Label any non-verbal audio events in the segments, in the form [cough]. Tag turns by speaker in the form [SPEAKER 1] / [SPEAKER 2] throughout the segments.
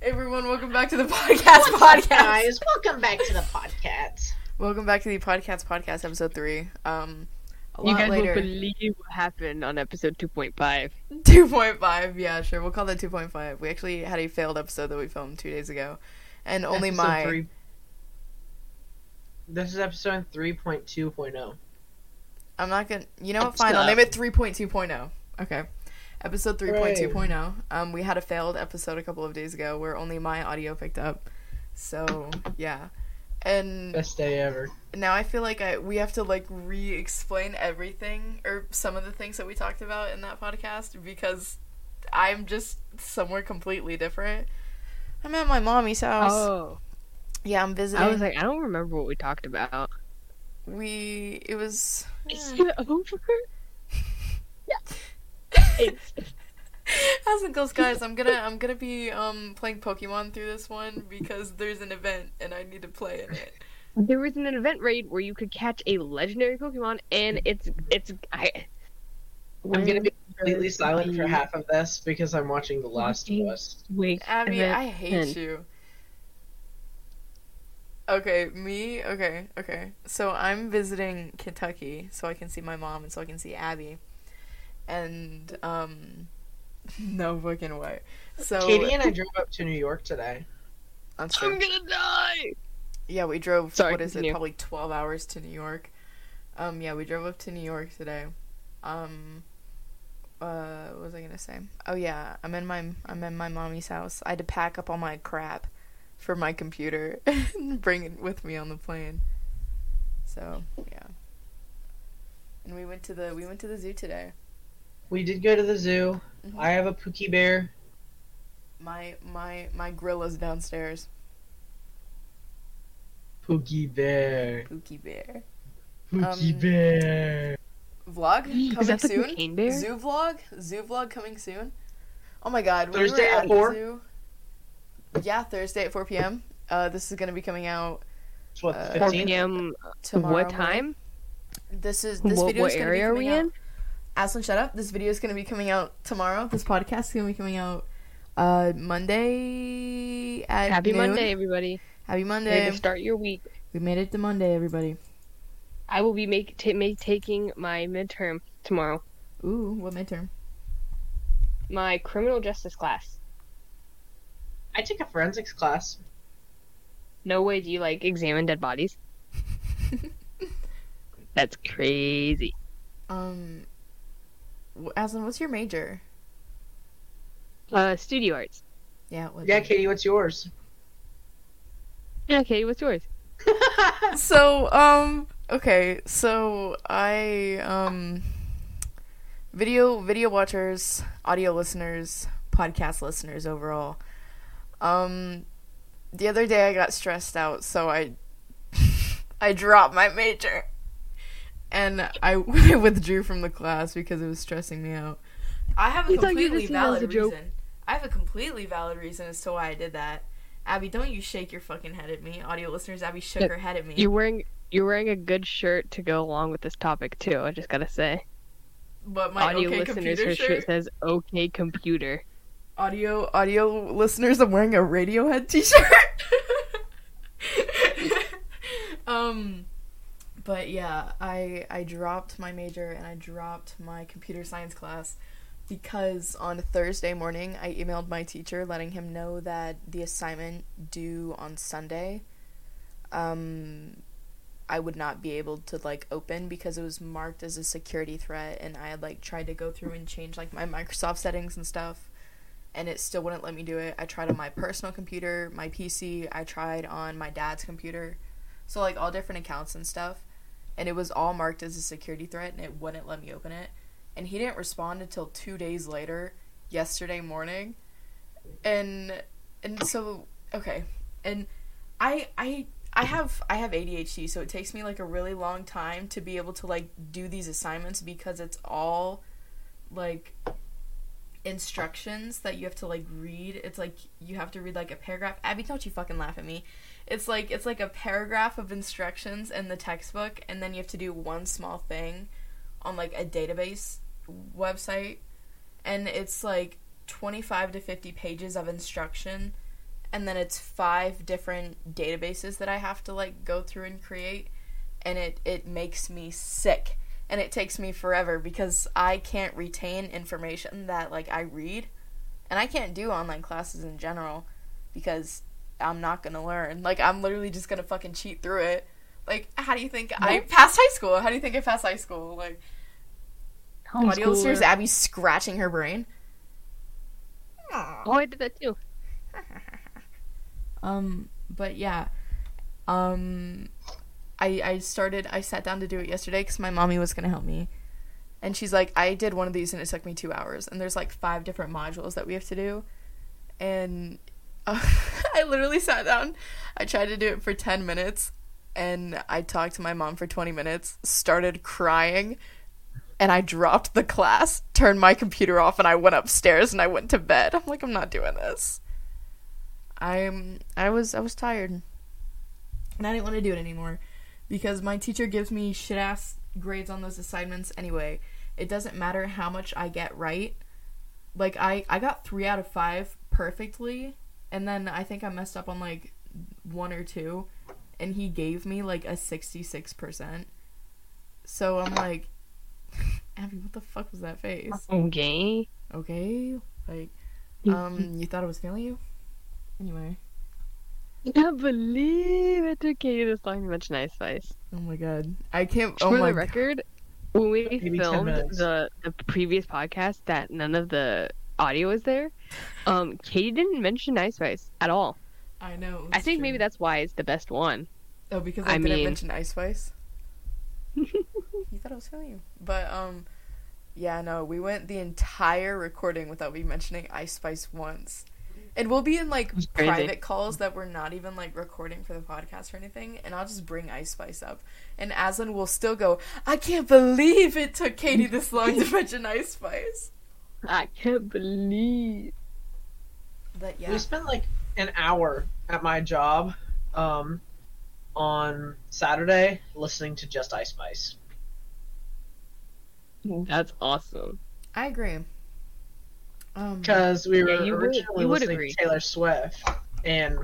[SPEAKER 1] Everyone, welcome back to the [laughs] podcast. Podcast.
[SPEAKER 2] Guys, welcome back to the podcast.
[SPEAKER 1] Welcome back to the podcast. Podcast episode three. Um, a
[SPEAKER 3] You
[SPEAKER 1] lot
[SPEAKER 3] guys
[SPEAKER 1] later.
[SPEAKER 3] won't believe what happened on episode 2.5.
[SPEAKER 1] [laughs] Two point five. Yeah, sure. We'll call that two point five. We actually had a failed episode that we filmed two days ago, and only
[SPEAKER 2] Episode
[SPEAKER 1] my
[SPEAKER 2] three- This is episode 3.2.0.
[SPEAKER 1] I'm not gonna. You know what?
[SPEAKER 3] It's
[SPEAKER 1] Fine. I'll
[SPEAKER 3] not.
[SPEAKER 1] name it 3.2.0. oh. Okay. Episode 3.2.0. Um, we had a failed episode a couple of days ago where only my audio picked up. So yeah, and
[SPEAKER 2] Best day ever.
[SPEAKER 1] now I feel like I we have to like re-explain everything or some of the things that we talked about in that podcast because I'm just somewhere completely different. I'm at my mommy's house.
[SPEAKER 3] Oh.
[SPEAKER 1] yeah, I'm visiting.
[SPEAKER 3] I was like, I don't remember what we talked about.
[SPEAKER 1] we it was.
[SPEAKER 3] Is it over?
[SPEAKER 1] [laughs] How's it goes, guys? I'm gonna I'm gonna be um playing Pokemon through this one because there's an event and I need to play in it.
[SPEAKER 3] There was an event raid where you could catch a legendary Pokemon, and it's it's I.
[SPEAKER 2] I'm gonna be completely
[SPEAKER 3] When
[SPEAKER 2] silent for
[SPEAKER 3] the
[SPEAKER 2] half of this because I'm watching The Last of Us.
[SPEAKER 3] Wake
[SPEAKER 1] Abby,
[SPEAKER 3] event
[SPEAKER 1] I hate
[SPEAKER 3] end.
[SPEAKER 1] you. Okay, me. Okay, okay. So I'm visiting Kentucky so I can see my mom and so I can see Abby, and um, [laughs] no fucking way. So
[SPEAKER 2] Katie and I drove up to New York today.
[SPEAKER 1] that's true.
[SPEAKER 3] I'm gonna die.
[SPEAKER 1] Yeah, we drove.
[SPEAKER 3] Sorry,
[SPEAKER 1] what is it?
[SPEAKER 3] continue.
[SPEAKER 1] Probably twelve hours to New York. Um, yeah, we drove up to New York today. Um, uh, what was I gonna say? Oh yeah, I'm in my I'm in my mommy's house. I had to pack up all my crap for my computer [laughs] and bring it with me on the plane. So yeah. And we went to the we went to the zoo today.
[SPEAKER 2] We did go to the zoo.
[SPEAKER 1] Mhm.
[SPEAKER 2] I have a Pookie bear.
[SPEAKER 1] My my my gorilla's downstairs.
[SPEAKER 2] Pookie bear.
[SPEAKER 1] Pookie bear.
[SPEAKER 2] Pookie
[SPEAKER 1] Um,
[SPEAKER 2] bear.
[SPEAKER 1] Vlog
[SPEAKER 3] [gasps] Is
[SPEAKER 1] coming
[SPEAKER 3] that the
[SPEAKER 1] soon.
[SPEAKER 3] cocaine bear?
[SPEAKER 1] Zoo vlog? Zoo vlog coming soon? Oh my god. when
[SPEAKER 2] Thursday
[SPEAKER 1] we were
[SPEAKER 2] at
[SPEAKER 1] the
[SPEAKER 2] 4?
[SPEAKER 1] zoo- Yeah, Thursday at 4 p.m. Uh, this is going to be coming out
[SPEAKER 2] It's what,
[SPEAKER 1] uh,
[SPEAKER 2] the
[SPEAKER 3] 4
[SPEAKER 2] 15th?
[SPEAKER 3] p.m.
[SPEAKER 1] tomorrow.
[SPEAKER 3] what
[SPEAKER 1] morning.
[SPEAKER 3] time?
[SPEAKER 1] This is this
[SPEAKER 3] what
[SPEAKER 1] video
[SPEAKER 3] what
[SPEAKER 1] is gonna
[SPEAKER 3] area
[SPEAKER 1] be
[SPEAKER 3] are
[SPEAKER 1] coming
[SPEAKER 3] we
[SPEAKER 1] out.
[SPEAKER 3] in?
[SPEAKER 1] Aslan, shut up. This video is going to be coming out tomorrow. This podcast is going to be coming out uh, Monday at
[SPEAKER 3] Happy
[SPEAKER 1] noon.
[SPEAKER 3] Monday, everybody.
[SPEAKER 1] Happy
[SPEAKER 3] Way
[SPEAKER 1] Monday.
[SPEAKER 3] to start your week.
[SPEAKER 1] We made it to Monday, everybody.
[SPEAKER 3] I will be make, ta make taking my midterm tomorrow.
[SPEAKER 1] Ooh, what midterm? [laughs]
[SPEAKER 3] My criminal justice class.
[SPEAKER 2] I took a forensics class.
[SPEAKER 3] No way do you like examine dead bodies. That's crazy.
[SPEAKER 1] Um, wh- Aslan, what's your major?
[SPEAKER 3] Uh, studio arts.
[SPEAKER 1] Yeah, what's
[SPEAKER 2] Yeah,
[SPEAKER 1] your-
[SPEAKER 2] Katie, what's yours?
[SPEAKER 3] Okay, what's yours?
[SPEAKER 1] so um okay so i um video video watchers audio listeners podcast listeners overall um the other day i got stressed out so i [laughs] i dropped my major and i [laughs] withdrew from the class because it was stressing me out i have a
[SPEAKER 3] You thought you
[SPEAKER 1] completely
[SPEAKER 3] just knew that was
[SPEAKER 1] valid
[SPEAKER 3] a joke.
[SPEAKER 1] reason i have a completely valid reason as to why i did that Abby, don't you shake your fucking head at me. Audio listeners, Abby shook
[SPEAKER 3] Yeah,
[SPEAKER 1] her head at me.
[SPEAKER 3] You're wearing you're wearing a good shirt to go along with this topic too. I just gotta say,
[SPEAKER 1] but my
[SPEAKER 3] audio
[SPEAKER 1] okay
[SPEAKER 3] listeners,
[SPEAKER 1] computer
[SPEAKER 3] her
[SPEAKER 1] shirt.
[SPEAKER 3] shirt says "Okay Computer."
[SPEAKER 1] Audio audio listeners, I'm wearing a Radiohead t-shirt. [laughs] um but yeah, I I dropped my major and I dropped my computer science class because on Thursday morning I emailed my teacher letting him know that the assignment due on Sunday um I would not be able to like open because it was marked as a security threat and I had like tried to go through and change like my Microsoft settings and stuff and it still wouldn't let me do it. I tried on my personal computer, my PC, I tried on my dad's computer. So like all different accounts and stuff and it was all marked as a security threat and it wouldn't let me open it. And he didn't respond until 2 days later yesterday morning. And and so okay. And I I I have I have ADHD, so it takes me like a really long time to be able to like do these assignments because it's all like instructions that you have to like read. It's like you have to read like a paragraph. Abby, don't you fucking laugh at me. It's like it's like a paragraph of instructions in the textbook and then you have to do one small thing on like a database website and it's like 25 to 50 pages of instruction and then it's five different databases that I have to like go through and create and it it makes me sick and it takes me forever because I can't retain information that like I read and I can't do online classes in general because I'm not going to learn. Like I'm literally just going to fucking cheat through it. Like how do you think I
[SPEAKER 3] Nope.
[SPEAKER 1] passed high school? How do you think I passed high school? Like audio listeners
[SPEAKER 3] Homeschooler.
[SPEAKER 1] Abby scratching her brain.
[SPEAKER 3] Oh, I did that too.
[SPEAKER 1] Um, but yeah, um, I I started. I sat down to do it yesterday because my mommy was gonna help me, and she's like, I did one of these and it took me two hours. And there's like five different modules that we have to do, and [laughs] uh, I literally sat down. I tried to do it for ten minutes, and I talked to my mom for twenty minutes. Started crying. And I dropped the class, turned my computer off, and I went upstairs and I went to bed. I'm like, I'm not doing this. I'm I was I was tired. And I didn't want to do it anymore because my teacher gives me shit ass grades on those assignments anyway. It doesn't matter how much I get right. Like I I got 3 out of 5 perfectly and then I think I messed up on like one or two and he gave me like a 66%. So I'm like [laughs] Abby, what the fuck was that face?
[SPEAKER 3] Okay.
[SPEAKER 1] Okay? Like um you thought I was failing you? Anyway,
[SPEAKER 3] I can't believe it took Katie this long to mention Ice Spice.
[SPEAKER 1] Oh my god. I can't oh
[SPEAKER 3] For
[SPEAKER 1] my
[SPEAKER 3] the record, when we
[SPEAKER 2] Maybe 10
[SPEAKER 3] filmed
[SPEAKER 2] minutes.
[SPEAKER 3] the, the previous podcast that none of the audio was there, um, Katie didn't mention Ice Spice at all.
[SPEAKER 1] I know.
[SPEAKER 3] I think maybe that's why it's the best one. [laughs]
[SPEAKER 1] Oh, because I,
[SPEAKER 3] I
[SPEAKER 1] didn't
[SPEAKER 3] mean-
[SPEAKER 1] mention Ice Spice. you thought I was feeling you. But um yeah, no, we went the entire recording without me mentioning Ice Spice once. And we'll be in like
[SPEAKER 3] That's crazy.
[SPEAKER 1] private calls that we're not even like recording for the podcast or anything, and I'll just bring Ice Spice up. And Aslan will still go, I can't believe it took Katie this long to [laughs] mention Ice Spice.
[SPEAKER 3] I can't believe.
[SPEAKER 1] But
[SPEAKER 2] [laughs] We
[SPEAKER 1] yeah.
[SPEAKER 2] spent like an hour at my job um, on Saturday listening to just Ice Spice.
[SPEAKER 3] That's awesome.
[SPEAKER 1] I agree. Um
[SPEAKER 2] because we were
[SPEAKER 3] Yeah, you would-
[SPEAKER 2] originally
[SPEAKER 3] you would
[SPEAKER 2] listening
[SPEAKER 3] agree.
[SPEAKER 2] to Taylor Swift, and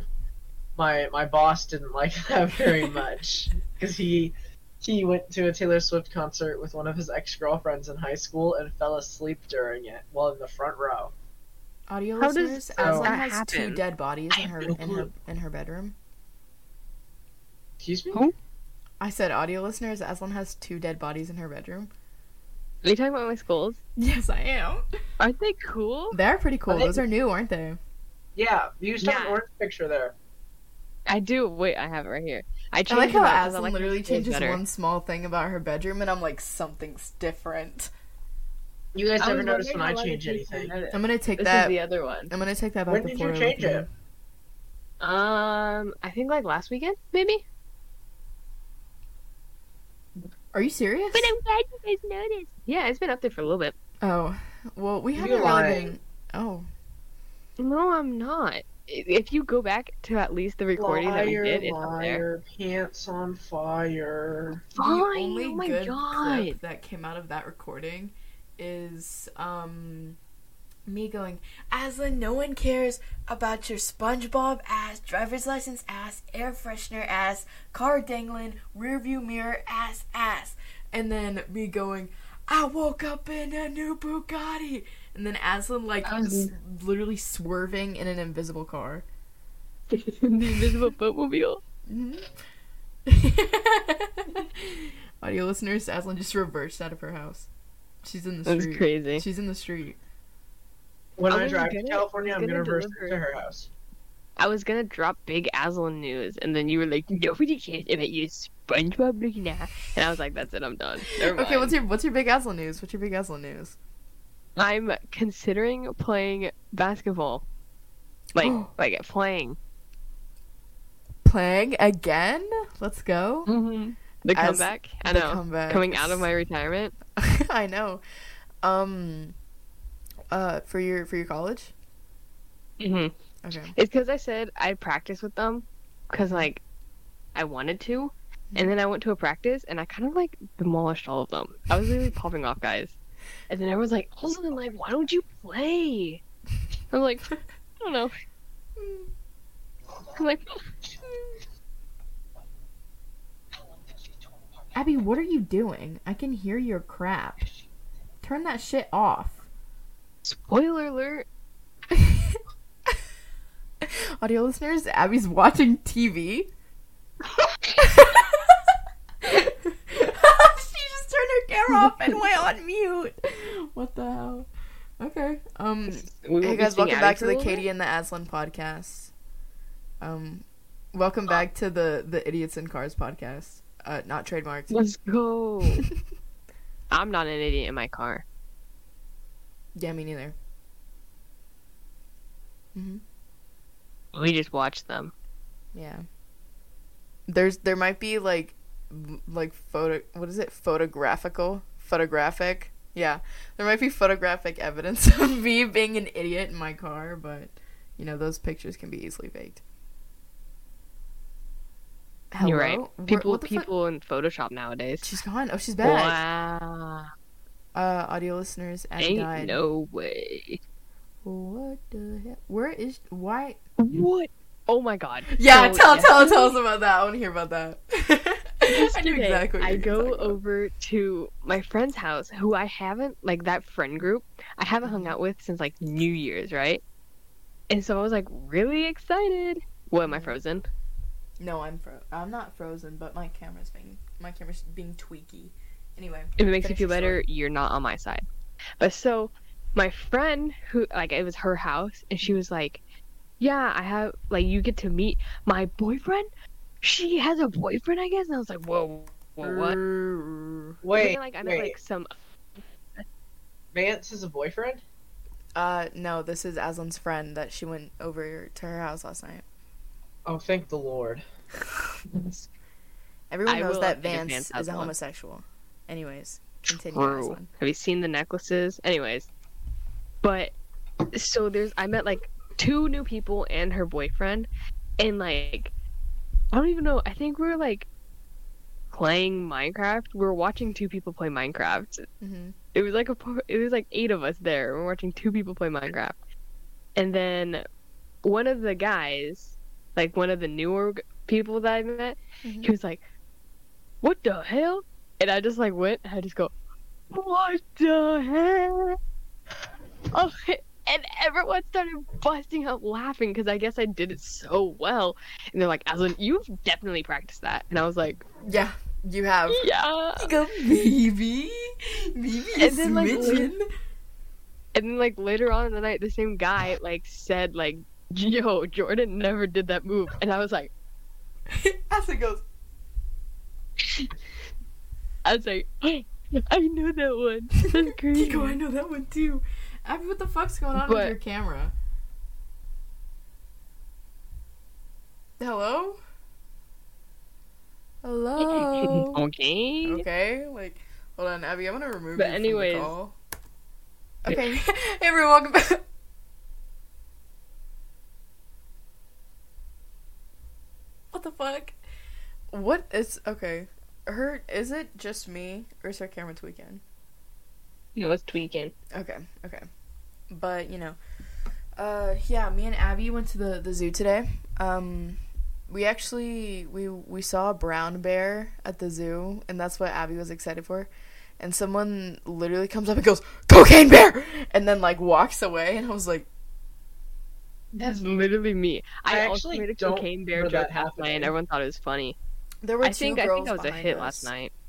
[SPEAKER 2] my my boss didn't like [laughs] that very much because he he went to a Taylor Swift concert with one of his ex girlfriends in high school and fell asleep during it while in the front row.
[SPEAKER 1] audio
[SPEAKER 3] How does
[SPEAKER 1] listeners,
[SPEAKER 3] that
[SPEAKER 1] Aslan has two
[SPEAKER 3] happen?
[SPEAKER 1] dead bodies
[SPEAKER 2] I
[SPEAKER 1] in
[SPEAKER 2] have
[SPEAKER 1] her
[SPEAKER 2] no
[SPEAKER 1] in her
[SPEAKER 2] clue.
[SPEAKER 1] in her bedroom.
[SPEAKER 2] Excuse me.
[SPEAKER 3] Oh.
[SPEAKER 1] I said audio listeners, Aslan has two dead bodies in her bedroom.
[SPEAKER 3] Are you talking about my skulls?
[SPEAKER 1] [laughs] Yes, I am.
[SPEAKER 3] Aren't they cool?
[SPEAKER 1] They're pretty cool.
[SPEAKER 2] Are they-
[SPEAKER 1] Those are new, aren't they?
[SPEAKER 2] Yeah, you just have an
[SPEAKER 3] Yeah.
[SPEAKER 2] orange picture there.
[SPEAKER 3] I do. Wait, I have it right here. I,
[SPEAKER 1] I
[SPEAKER 3] changed
[SPEAKER 1] like how
[SPEAKER 3] them out 'cause I
[SPEAKER 1] Aslan
[SPEAKER 3] like my
[SPEAKER 1] literally
[SPEAKER 3] skulls
[SPEAKER 1] changes
[SPEAKER 3] better.
[SPEAKER 1] one small thing about her bedroom and I'm like something's different.
[SPEAKER 2] You guys
[SPEAKER 3] I
[SPEAKER 2] never
[SPEAKER 3] was
[SPEAKER 2] notice when
[SPEAKER 3] wondering
[SPEAKER 2] I
[SPEAKER 3] how long
[SPEAKER 2] change
[SPEAKER 3] it takes to
[SPEAKER 2] anything.
[SPEAKER 3] notice.
[SPEAKER 1] I'm going to take
[SPEAKER 3] This is
[SPEAKER 1] that
[SPEAKER 3] the other one.
[SPEAKER 1] I'm going to take that back
[SPEAKER 2] When did you
[SPEAKER 1] before
[SPEAKER 2] change it?
[SPEAKER 3] Um, I think like last weekend, maybe.
[SPEAKER 1] Are you serious?
[SPEAKER 3] glad you guys noticed. Yeah, it's been up there for a little bit.
[SPEAKER 1] Oh. Well, we
[SPEAKER 2] You're
[SPEAKER 1] haven't really
[SPEAKER 2] lying.
[SPEAKER 1] been Oh,
[SPEAKER 3] No, I'm not. I- If you go back to at least the recording that we
[SPEAKER 2] Liar,
[SPEAKER 3] did, it's up there.
[SPEAKER 2] liar, pants on fire.
[SPEAKER 3] Fine.
[SPEAKER 1] the only
[SPEAKER 3] oh my
[SPEAKER 1] good
[SPEAKER 3] god.
[SPEAKER 1] clip that came out of that recording is um me going, Aslan, no one cares about your SpongeBob ass, driver's license ass, air freshener ass, car dangling, rearview mirror ass ass, and then me going, I woke up in a new Bugatti, and then Aslan like
[SPEAKER 3] That was-
[SPEAKER 1] s- literally swerving in an invisible car.
[SPEAKER 3] [laughs] the invisible boatmobile.
[SPEAKER 1] Mm-hmm. [laughs] Audio listeners, Aslan just reversed out of her house. She's in the
[SPEAKER 3] That's
[SPEAKER 1] street.
[SPEAKER 3] crazy.
[SPEAKER 1] She's in the street.
[SPEAKER 2] When
[SPEAKER 3] I
[SPEAKER 2] I
[SPEAKER 3] was
[SPEAKER 2] drive to
[SPEAKER 3] Oh, gonna-
[SPEAKER 2] California,
[SPEAKER 3] I
[SPEAKER 2] I'm
[SPEAKER 3] was
[SPEAKER 2] gonna
[SPEAKER 3] gonna
[SPEAKER 2] reverse
[SPEAKER 3] deliver.
[SPEAKER 2] to her house.
[SPEAKER 3] I was gonna drop big Aslan news, and then you were like, "Nobody cares about you, SpongeBob now," and I was like, "That's it, I'm done." Never
[SPEAKER 1] Okay,
[SPEAKER 3] mind.
[SPEAKER 1] what's your what's your big Aslan news? What's your big Aslan news?
[SPEAKER 3] I'm considering playing basketball,
[SPEAKER 1] [gasps]
[SPEAKER 3] like like playing.
[SPEAKER 1] Playing again? Let's go.
[SPEAKER 3] Mm-hmm. The
[SPEAKER 1] As
[SPEAKER 3] comeback. I
[SPEAKER 1] the
[SPEAKER 3] know.
[SPEAKER 1] comeback.
[SPEAKER 3] Coming out of my retirement.
[SPEAKER 1] [laughs] I know. Um uh for your for your college?
[SPEAKER 3] hmm
[SPEAKER 1] Mm-hmm.
[SPEAKER 3] [laughs]
[SPEAKER 1] Okay.
[SPEAKER 3] It's because I said I'd practice with them, because like I wanted to, and then I went to a practice and I kind of like demolished all of them. I was literally popping off guys, and then everyone's like, "Olsen, like, why don't you play?" I'm like, "I don't know." I'm like,
[SPEAKER 1] Abby, what are you doing? I can hear your crap. Turn that shit off. [laughs]
[SPEAKER 3] spoiler alert.
[SPEAKER 1] Audio listeners, Abby's watching [laughs] TV. she just turned her camera off and went on mute. What the hell? Okay. Um
[SPEAKER 3] We
[SPEAKER 1] Hey
[SPEAKER 3] won't
[SPEAKER 1] guys,
[SPEAKER 3] be seeing
[SPEAKER 1] welcome
[SPEAKER 3] Abby
[SPEAKER 1] back to
[SPEAKER 3] for a
[SPEAKER 1] the
[SPEAKER 3] little bit.
[SPEAKER 1] Katie and the Aslan podcast. Um welcome back to the the Idiots in Cars podcast. Uh not trademarked. [laughs]
[SPEAKER 3] Let's go. I'm not an idiot in my car.
[SPEAKER 1] yeah, me neither. Mhm.
[SPEAKER 3] We just watch them.
[SPEAKER 1] Yeah. There's there might be like l- like photo what is it? Photographical? Photographic? Yeah. There might be photographic evidence [laughs] of me being an idiot in my car, but you know, those pictures can be easily faked. Hello?
[SPEAKER 3] You're right.
[SPEAKER 1] Where-
[SPEAKER 3] People
[SPEAKER 1] what the fu-
[SPEAKER 3] people in Photoshop nowadays.
[SPEAKER 1] She's gone. Oh, she's back.
[SPEAKER 3] Wow.
[SPEAKER 1] Uh, audio listeners, Abby
[SPEAKER 3] Ain't
[SPEAKER 1] died.
[SPEAKER 3] no way.
[SPEAKER 1] What the hell? Where is why?
[SPEAKER 3] What? Oh my god.
[SPEAKER 1] Yeah,
[SPEAKER 3] So
[SPEAKER 1] tell tell tell
[SPEAKER 3] yesterday-
[SPEAKER 1] [laughs] us about that. I want to hear about that. [laughs] I knew
[SPEAKER 3] yesterday,
[SPEAKER 1] exactly. What
[SPEAKER 3] I
[SPEAKER 1] you were
[SPEAKER 3] go
[SPEAKER 1] talking about.
[SPEAKER 3] over to my friend's house, who I haven't like that friend group. I haven't hung out with since like New Year's, right? And so I was like really excited. What
[SPEAKER 1] Mm-hmm.
[SPEAKER 3] am I frozen?
[SPEAKER 1] No, I'm fro. I'm not frozen, but my camera's being my camera's being tweaky. Anyway,
[SPEAKER 3] If it makes you
[SPEAKER 1] Finish your
[SPEAKER 3] feel better, you're not on my side. But so my friend who like it was her house and she was like, Yeah, I have like you get to meet my boyfriend? She has a boyfriend, I guess? And I was like, Whoa, whoa
[SPEAKER 1] Mm,
[SPEAKER 3] what? And
[SPEAKER 2] Wait,
[SPEAKER 3] then, like I met
[SPEAKER 2] wait.
[SPEAKER 3] like some
[SPEAKER 2] Vance is a boyfriend?
[SPEAKER 1] Uh, no, this is Aslan's friend that she went over to her house last night.
[SPEAKER 2] Oh, thank the Lord.
[SPEAKER 1] Everyone
[SPEAKER 3] I
[SPEAKER 1] knows
[SPEAKER 3] will
[SPEAKER 1] that
[SPEAKER 3] update
[SPEAKER 1] Vance,
[SPEAKER 3] Vance
[SPEAKER 1] is a
[SPEAKER 3] Aslan.
[SPEAKER 1] homosexual. Anyways, continue.
[SPEAKER 3] True.
[SPEAKER 1] Aslan.
[SPEAKER 3] Have you seen the necklaces? Anyways, but so there's I met like two new people and her boyfriend, and like I don't even know. I think we were like playing Minecraft. We were watching two people play Minecraft.
[SPEAKER 1] Mhm.
[SPEAKER 3] It was like a par- it was like eight of us there. We We're watching two people play Minecraft, and then one of the guys, like one of the newer g- people that I met,
[SPEAKER 1] Mhm.
[SPEAKER 3] he was like, "What the hell?" And I just like went. And I just go, "What the hell?" Oh, and everyone started busting up laughing because I guess I did it so well. And they're like, "Aslan, you've definitely practiced that." And I was like,
[SPEAKER 1] Yeah, you
[SPEAKER 3] [laughs]
[SPEAKER 1] have.
[SPEAKER 3] "Yeah."
[SPEAKER 1] You go, baby, baby,
[SPEAKER 3] And then, like,
[SPEAKER 1] smidgen."
[SPEAKER 3] And then like later on in the night, the same guy like said like, "Yo, Jordan never did that move," and I was like,
[SPEAKER 1] [laughs] Aslan goes.
[SPEAKER 3] "I was like, [gasps] I know that one. That's [laughs] crazy."
[SPEAKER 1] You go. I know that one too. Abby, what the fuck's going on with
[SPEAKER 3] But-
[SPEAKER 1] your camera? Hello. Hello.
[SPEAKER 3] [laughs] okay.
[SPEAKER 1] Oh. okay. Like, hold on, Abby. I'm gonna remove
[SPEAKER 3] But
[SPEAKER 1] you
[SPEAKER 3] anyways-
[SPEAKER 1] from the call. Okay. [laughs] hey, everyone, welcome back. What the fuck? What is okay? Her is it just me or is her camera tweaking?
[SPEAKER 3] You know, it's tweaking.
[SPEAKER 1] Okay, okay. But, you know. Uh yeah, me and Abby went to the, the zoo today. Um we actually we we saw a brown bear at the zoo and that's what Abby was excited for. And someone literally comes up and goes, Cocaine bear and then like walks away and I was like
[SPEAKER 3] That's literally me.
[SPEAKER 2] I
[SPEAKER 3] I, also
[SPEAKER 2] actually
[SPEAKER 3] made a
[SPEAKER 2] don't
[SPEAKER 3] cocaine bear
[SPEAKER 2] remember that
[SPEAKER 3] joke last night,
[SPEAKER 2] happening.
[SPEAKER 3] and everyone thought it was funny.
[SPEAKER 1] there were
[SPEAKER 3] I
[SPEAKER 1] two
[SPEAKER 3] think I
[SPEAKER 1] girls
[SPEAKER 3] think that was a
[SPEAKER 1] behind
[SPEAKER 3] hit
[SPEAKER 1] us.
[SPEAKER 3] last night. [laughs]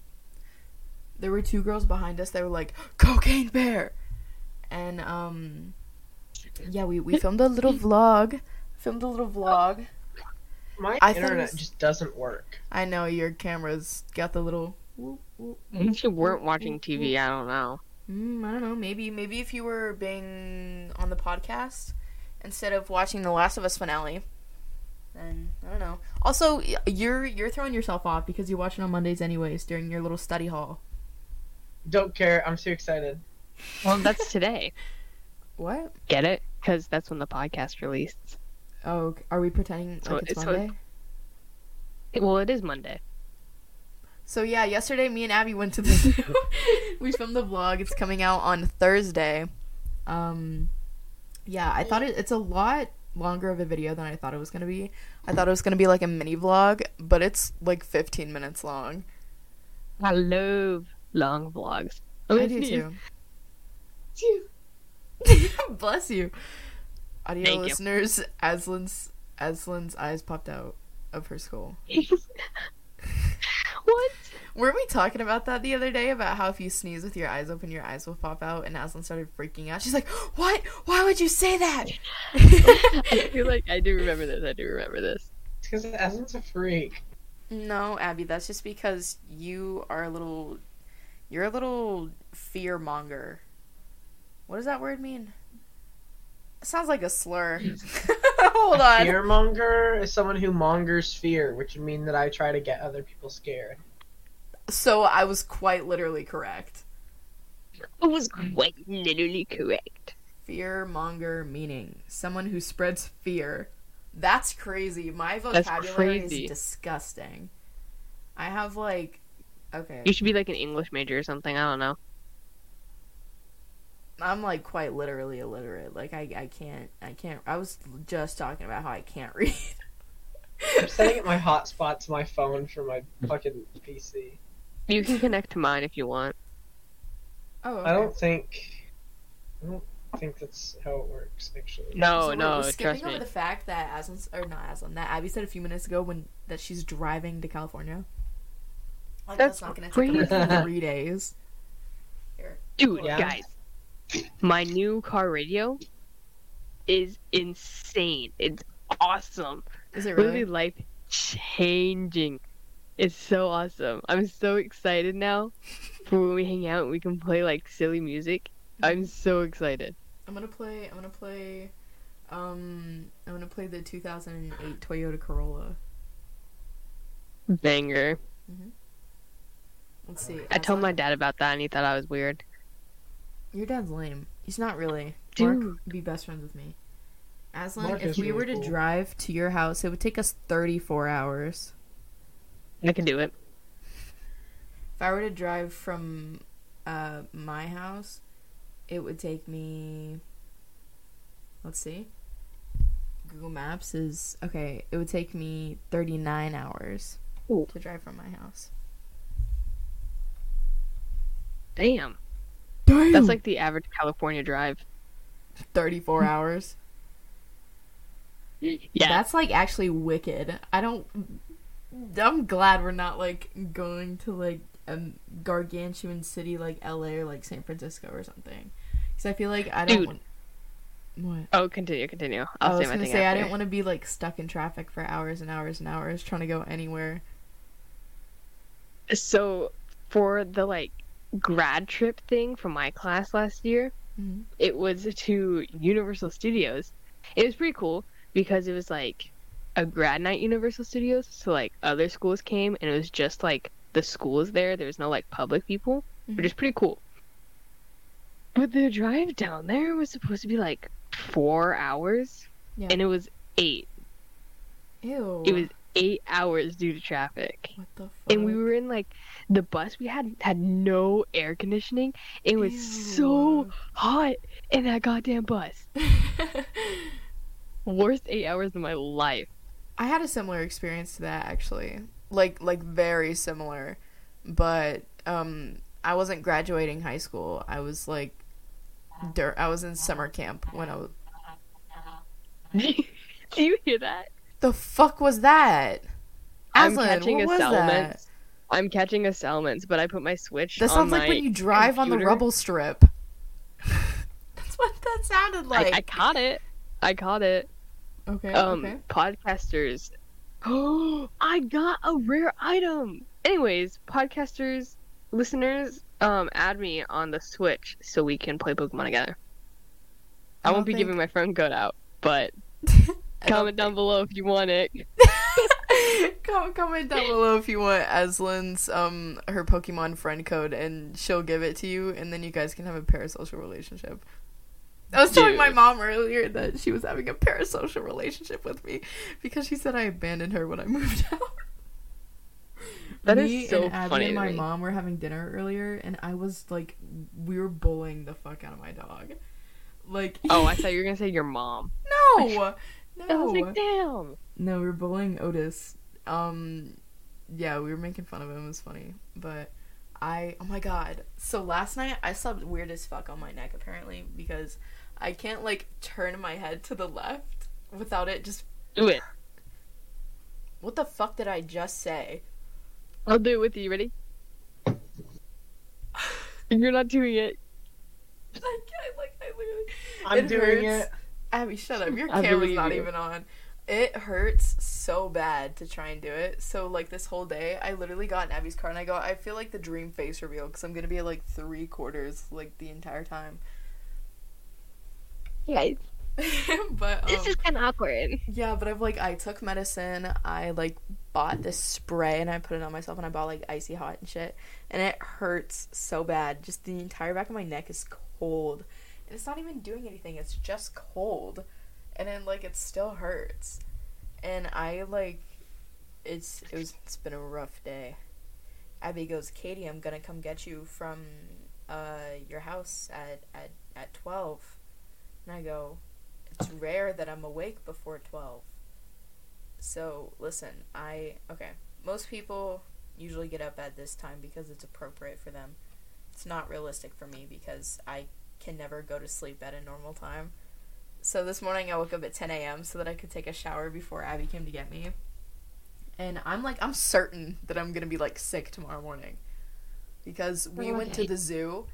[SPEAKER 1] There were two girls behind us, they were like, Cocaine bear and um yeah, we, we filmed a little vlog. Filmed a little vlog.
[SPEAKER 2] My
[SPEAKER 1] I thought it
[SPEAKER 2] internet
[SPEAKER 1] was-
[SPEAKER 2] just doesn't work.
[SPEAKER 1] I know your camera's got the little. Whoop, whoop.
[SPEAKER 3] If you weren't watching TV, I
[SPEAKER 1] [laughs]
[SPEAKER 3] don't know.
[SPEAKER 1] Mm, I don't know. Maybe maybe if you were being on the podcast instead of watching the Last of Us finale, then I don't know. Also, y- you're you're throwing yourself off because you watch it on Mondays anyways during your little study hall.
[SPEAKER 2] Don't care. I'm too excited.
[SPEAKER 1] [laughs]
[SPEAKER 3] Well, that's today.
[SPEAKER 1] What?
[SPEAKER 3] Get it? Because that's when the podcast released.
[SPEAKER 1] Oh, ok- are we pretending
[SPEAKER 3] So
[SPEAKER 1] like it's
[SPEAKER 3] it's- so
[SPEAKER 1] Monday?
[SPEAKER 3] Well, it is Monday.
[SPEAKER 1] So yeah, yesterday me and Abby went to the [laughs] zoo. we filmed the vlog. It's coming out on Thursday. Um, yeah, I thought it, it's a lot longer of a video than I thought it was gonna be. I thought it was gonna be like a mini vlog, but it's like 15 minutes long.
[SPEAKER 3] I love long vlogs.
[SPEAKER 1] I do too. [laughs] Bless you. Audio
[SPEAKER 3] Thank you.
[SPEAKER 1] listeners, Aslan's Aslan's eyes popped out of her skull.
[SPEAKER 3] too. [laughs]
[SPEAKER 1] [laughs]
[SPEAKER 3] what?
[SPEAKER 1] Weren't we talking about that the other day about how if you sneeze with your eyes open, your eyes will pop out? And Aslan started freaking out. She's like, "What? Why would you say that?" [laughs]
[SPEAKER 3] I feel like I do remember this. I do remember this.
[SPEAKER 2] because Aslan's a freak.
[SPEAKER 1] No, Abby, that's just because you are a little you're a little fear monger. What does that word mean? It sounds like a slur. [laughs] Hold
[SPEAKER 2] a
[SPEAKER 1] on.
[SPEAKER 2] Fearmonger is someone who mongers fear, which would mean that I try to get other people scared.
[SPEAKER 1] So I was quite literally correct.
[SPEAKER 3] It was quite literally correct.
[SPEAKER 1] Fear monger meaning someone who spreads fear. That's crazy. My vocabulary
[SPEAKER 3] crazy.
[SPEAKER 1] is disgusting. I have like okay.
[SPEAKER 3] You should be like an English major or something. I don't know.
[SPEAKER 1] I'm like quite literally illiterate. Like I, I can't I can't I was just talking about how I can't [laughs] read.
[SPEAKER 2] I'm setting up my hotspot to my phone for my fucking PC.
[SPEAKER 3] You can connect to mine if you want.
[SPEAKER 1] [laughs] Oh,
[SPEAKER 2] I don't think. I don't think that's how it works. Actually,
[SPEAKER 3] No,
[SPEAKER 1] So we're,
[SPEAKER 3] Oh, no,
[SPEAKER 1] we're skipping
[SPEAKER 3] trust
[SPEAKER 1] over
[SPEAKER 3] me.
[SPEAKER 1] the fact that Aslan's or not Aslan that Abby said a few minutes ago when that she's driving to California. Like
[SPEAKER 3] That's
[SPEAKER 1] not gonna take her
[SPEAKER 2] crazy.
[SPEAKER 1] three days.
[SPEAKER 3] Dude,
[SPEAKER 2] Yeah.
[SPEAKER 3] guys, my new car radio is insane. It's awesome.
[SPEAKER 1] Is it
[SPEAKER 3] Really
[SPEAKER 1] really?
[SPEAKER 3] life changing. It's so awesome. I'm so excited now for when we hang out and we can play like silly music. I'm so excited.
[SPEAKER 1] I'm gonna play. I'm gonna play. Um, I'm gonna play the 2008 Toyota Corolla.
[SPEAKER 3] Banger.
[SPEAKER 1] Let's see.
[SPEAKER 3] I told
[SPEAKER 1] Aslan-
[SPEAKER 3] my dad about that and he thought I was weird.
[SPEAKER 1] your dad's lame. He's not really. Mark
[SPEAKER 3] Dude.
[SPEAKER 1] would be best friends with me. Aslan,
[SPEAKER 2] Mark
[SPEAKER 1] if
[SPEAKER 2] is
[SPEAKER 1] we
[SPEAKER 2] really
[SPEAKER 1] were to
[SPEAKER 2] cool.
[SPEAKER 1] drive to your house, it would take us 34 hours.
[SPEAKER 3] I can do it.
[SPEAKER 1] If I were to drive from uh, my house, it would take me. Let's see. Google Maps is okay. It would take me 39 hours
[SPEAKER 3] Ooh.
[SPEAKER 1] to drive from my house.
[SPEAKER 3] Damn.
[SPEAKER 1] Damn,
[SPEAKER 3] That's like the average California drive.
[SPEAKER 1] 34 hours.
[SPEAKER 3] Hmm. Yeah.
[SPEAKER 1] That's like actually wicked. I don't. I'm glad we're not like going to like a gargantuan city like LA or like San Francisco or something. Because I feel like I don't.
[SPEAKER 3] Dude.
[SPEAKER 1] Want... What?
[SPEAKER 3] Oh, continue, continue.
[SPEAKER 1] i
[SPEAKER 3] I'll
[SPEAKER 1] was
[SPEAKER 3] say my
[SPEAKER 1] gonna
[SPEAKER 3] thing
[SPEAKER 1] say I
[SPEAKER 3] after.
[SPEAKER 1] didn't want to be like stuck in traffic for hours and hours and hours trying to go anywhere.
[SPEAKER 3] So for the like grad trip thing from my class last year,
[SPEAKER 1] Mhm.
[SPEAKER 3] it was to Universal Studios. It was pretty cool because it was like a grad night Universal Studios, so like other schools came and it was just like the schools there. There was no like public people, which is pretty cool. But the drive down there was supposed to be like four hours,
[SPEAKER 1] Yeah.
[SPEAKER 3] and it was eight.
[SPEAKER 1] Ew.
[SPEAKER 3] It was eight hours due to traffic
[SPEAKER 1] What the fuck?
[SPEAKER 3] and we were in like the bus we had had no air conditioning it was so hot in that goddamn bus
[SPEAKER 1] Ew. [laughs]
[SPEAKER 3] worst eight hours of my life [laughs]
[SPEAKER 1] I had a similar experience to that actually. Like like very similar, but um I wasn't graduating high school. I was like dur- I was in summer camp when I was
[SPEAKER 3] do you hear that
[SPEAKER 1] The fuck was that? Aslan,
[SPEAKER 3] i'm catching
[SPEAKER 1] what
[SPEAKER 3] a
[SPEAKER 1] was that?
[SPEAKER 3] salamence i'm catching a salamence but i put my switch
[SPEAKER 1] That
[SPEAKER 3] on
[SPEAKER 1] sounds like
[SPEAKER 3] my-
[SPEAKER 1] when you drive on the
[SPEAKER 3] computer.
[SPEAKER 1] rubble strip. [laughs] That's what that sounded
[SPEAKER 3] I-
[SPEAKER 1] like.
[SPEAKER 3] I, caught it i caught it
[SPEAKER 1] okay.
[SPEAKER 3] um
[SPEAKER 1] okay.
[SPEAKER 3] podcasters [gasps] oh i got a rare item anyways podcasters listeners um add me on the switch so we can play pokemon together I won't be
[SPEAKER 1] don't
[SPEAKER 3] giving my phone code out, but
[SPEAKER 1] [laughs] I don't
[SPEAKER 3] comment down below if you want it.
[SPEAKER 1] [laughs] think- Com- comment down below if you want Aslan's um her Pokemon friend code, and she'll give it to you, and then you guys can have a parasocial relationship. I was telling my
[SPEAKER 3] Dude.
[SPEAKER 1] mom earlier that she was having a parasocial relationship with me because she said I abandoned her when I moved [laughs] out.
[SPEAKER 3] That
[SPEAKER 1] That is
[SPEAKER 3] is
[SPEAKER 1] me
[SPEAKER 3] so
[SPEAKER 1] and Abby
[SPEAKER 3] funny
[SPEAKER 1] and
[SPEAKER 3] to
[SPEAKER 1] my
[SPEAKER 3] me.
[SPEAKER 1] mom were having dinner earlier, and I was like, we were bullying the fuck out of my dog. Like,
[SPEAKER 3] Oh, I thought you were gonna say your mom.
[SPEAKER 1] [laughs] no, No.
[SPEAKER 3] I was like, damn.
[SPEAKER 1] No, we were bullying Otis. Um, yeah, we were making fun of him. It was funny, but I oh my god. So last night I slept weird as fuck on my neck apparently because I can't like turn my head to the left without it just.
[SPEAKER 3] Do it.
[SPEAKER 1] What the fuck did I just say?
[SPEAKER 3] I'll do it with you. You Ready? You're not doing it.
[SPEAKER 1] I can't [laughs] like I literally.
[SPEAKER 2] I'm
[SPEAKER 1] It
[SPEAKER 2] doing
[SPEAKER 1] hurts.
[SPEAKER 2] it.
[SPEAKER 1] Abby, shut up. Your
[SPEAKER 3] I
[SPEAKER 1] camera's
[SPEAKER 3] believe
[SPEAKER 1] not
[SPEAKER 3] you.
[SPEAKER 1] even on. It hurts so bad to try and do it. So like this whole day, I literally got in Abby's car and I go, I feel like the dream face reveal because I'm gonna be at like three quarters like the entire time. [laughs]
[SPEAKER 3] Guys,
[SPEAKER 1] but um,
[SPEAKER 3] this is kind of awkward.
[SPEAKER 1] yeah, but I've like I took medicine. I like bought this spray and I put it on myself and I bought like icy hot and shit. And it hurts so bad. Just the entire back of my neck is cold. And it's not even doing anything. It's just cold. And then like it still hurts. And I like it's it was it's been a rough day. Abby goes, "Katie, I'm going to come get you from uh your house at at at 12." And I go, it's rare that I'm awake before 12. So, listen, I. Okay. Most people usually get up at this time because it's appropriate for them. It's not realistic for me because I can never go to sleep at a normal time. So, this morning I woke up at 10 a.m. so that I could take a shower before Abby came to get me. And I'm like, I'm certain that I'm gonna be like sick tomorrow morning. Because we went to
[SPEAKER 3] Okay.
[SPEAKER 1] the zoo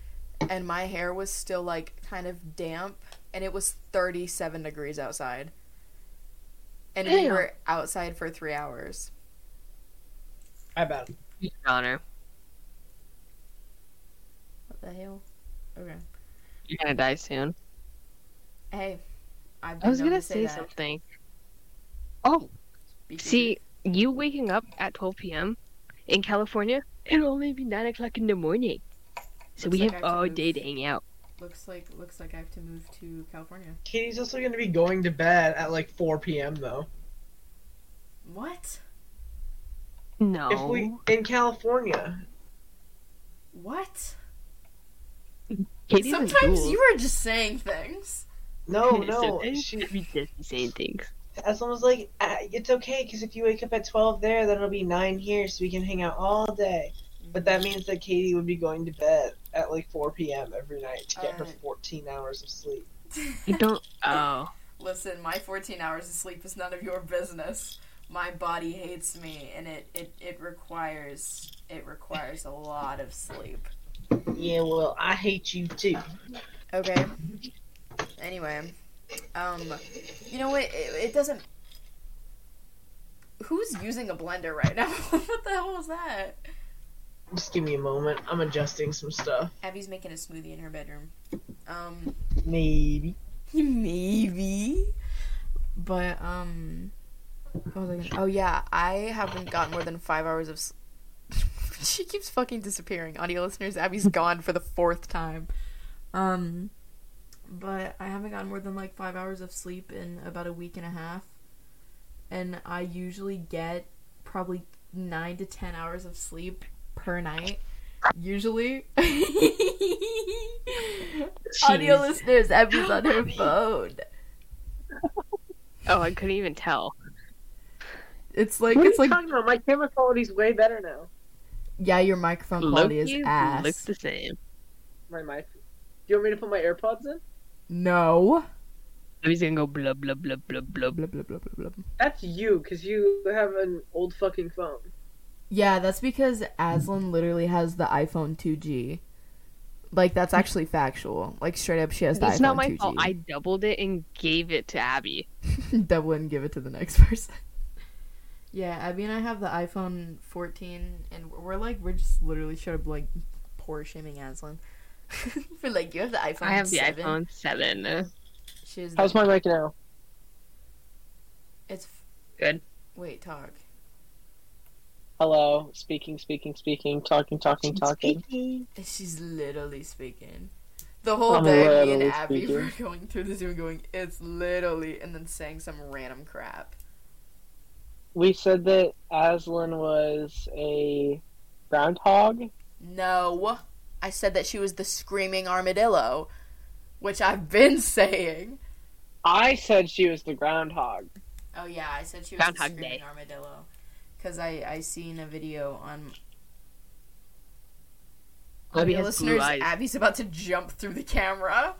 [SPEAKER 1] and my hair was still like kind of damp and it was 37 degrees outside. And we
[SPEAKER 3] Damn.
[SPEAKER 1] were outside for three hours.
[SPEAKER 2] I bet.
[SPEAKER 3] Connor,
[SPEAKER 1] What the hell? Okay.
[SPEAKER 3] you're gonna die soon.
[SPEAKER 1] Hey, I've been
[SPEAKER 3] I was
[SPEAKER 1] known
[SPEAKER 3] gonna
[SPEAKER 1] to say,
[SPEAKER 3] say
[SPEAKER 1] that.
[SPEAKER 3] something. Oh,
[SPEAKER 1] Be-
[SPEAKER 3] see, you waking up at 12 p.m. in California, it'll only be nine o'clock in the morning. So
[SPEAKER 1] Looks
[SPEAKER 3] we
[SPEAKER 1] like I
[SPEAKER 3] have
[SPEAKER 1] have to
[SPEAKER 3] all
[SPEAKER 1] move.
[SPEAKER 3] day to hang out.
[SPEAKER 1] looks like looks like I have to move to California.
[SPEAKER 2] Katie's also going to be going to bed at like 4 p.m. though.
[SPEAKER 1] What?
[SPEAKER 3] No.
[SPEAKER 2] If we in California,
[SPEAKER 1] What?
[SPEAKER 3] Katie's in
[SPEAKER 1] Sometimes
[SPEAKER 3] school. [laughs]
[SPEAKER 1] you Oh, are just saying things.
[SPEAKER 2] no,
[SPEAKER 3] It's
[SPEAKER 2] no.
[SPEAKER 3] okay.
[SPEAKER 2] She,
[SPEAKER 3] We just be
[SPEAKER 1] [laughs]
[SPEAKER 3] saying things.
[SPEAKER 2] as long as like uh, it's okay because if you wake up at 12 there, then it'll be nine here, so we can hang out all day. But that means that Katie would be going to bed at like 4 p.m. every night to get her
[SPEAKER 1] Alright.
[SPEAKER 2] 14 hours of sleep.
[SPEAKER 3] You don't. Oh.
[SPEAKER 1] [laughs] Listen, my 14 hours of sleep is none of your business. My body hates me, and it it, it requires it requires a lot of sleep.
[SPEAKER 2] Yeah, well, I hate you too.
[SPEAKER 1] Okay. Anyway, um, you know what? It, it doesn't. Who's using a blender right now? [laughs] what the hell was that?
[SPEAKER 2] Just give me a moment. I'm adjusting some stuff.
[SPEAKER 1] Abby's making a smoothie in her bedroom. Um,
[SPEAKER 2] Maybe.
[SPEAKER 1] [laughs] maybe, but um, what was I gonna- oh yeah, I haven't gotten more than five hours of. s [laughs] she keeps fucking disappearing. Audio listeners, Abby's gone for the fourth time. Um, but I haven't gotten more than like five hours of sleep in about a week and a half. And I usually get probably nine to ten hours of sleep per night. Usually. [laughs] Audio
[SPEAKER 3] Jeez.
[SPEAKER 1] listeners, Abby's on
[SPEAKER 3] [gasps]
[SPEAKER 1] her phone.
[SPEAKER 3] Oh, I couldn't even tell.
[SPEAKER 1] It's like
[SPEAKER 2] What are you
[SPEAKER 1] it's like
[SPEAKER 2] talking about? My camera quality's way better now.
[SPEAKER 1] yeah, your microphone quality is
[SPEAKER 3] Loki
[SPEAKER 1] ass.
[SPEAKER 3] looks the same.
[SPEAKER 2] My mic. Do you want me to put my AirPods in?
[SPEAKER 1] No.
[SPEAKER 3] He's gonna go blub blub blub blub blub.
[SPEAKER 1] Blah, blah, blah, blah, blah.
[SPEAKER 2] That's you, because you have an old fucking phone.
[SPEAKER 1] Yeah, that's because Aslan literally has the iPhone 2G. Like that's actually factual. Like straight up, she has the
[SPEAKER 3] It's
[SPEAKER 1] iPhone
[SPEAKER 3] not my
[SPEAKER 1] 2G.
[SPEAKER 3] fault.
[SPEAKER 1] [laughs]
[SPEAKER 3] I doubled it and gave it to Abby.
[SPEAKER 1] double it and give it to the next [laughs] person. Yeah, Abby and I have the iPhone 14, and we're- we're like, we're just literally sort of like poor shaming Aslan. [laughs] For like, you have the iPhone.
[SPEAKER 3] I have the
[SPEAKER 1] 7.
[SPEAKER 3] iPhone seven.
[SPEAKER 1] She has
[SPEAKER 2] How's
[SPEAKER 1] the,
[SPEAKER 2] my mic now?
[SPEAKER 1] It's f-
[SPEAKER 3] Good.
[SPEAKER 1] Wait, talk.
[SPEAKER 2] Hello. Speaking, speaking, speaking, talking, talking, talking.
[SPEAKER 1] She's literally speaking. The whole
[SPEAKER 2] I'm
[SPEAKER 1] day, me and
[SPEAKER 2] literally
[SPEAKER 1] Abby
[SPEAKER 2] speaking.
[SPEAKER 1] were going through the Zoom, going, "It's literally," and then saying some random crap.
[SPEAKER 2] We said that Aslan was a groundhog.
[SPEAKER 1] No, I said that she was the screaming armadillo, which I've been [laughs] saying.
[SPEAKER 4] I said she was the groundhog.
[SPEAKER 1] Oh yeah, I said she was a
[SPEAKER 3] Groundhog
[SPEAKER 1] screaming
[SPEAKER 3] Day.
[SPEAKER 1] armadillo, because I I seen a video on.
[SPEAKER 3] Abby
[SPEAKER 1] Audio
[SPEAKER 3] has blue
[SPEAKER 1] listeners,
[SPEAKER 3] eyes.
[SPEAKER 1] Abby's about to jump through the
[SPEAKER 3] [laughs]
[SPEAKER 1] camera.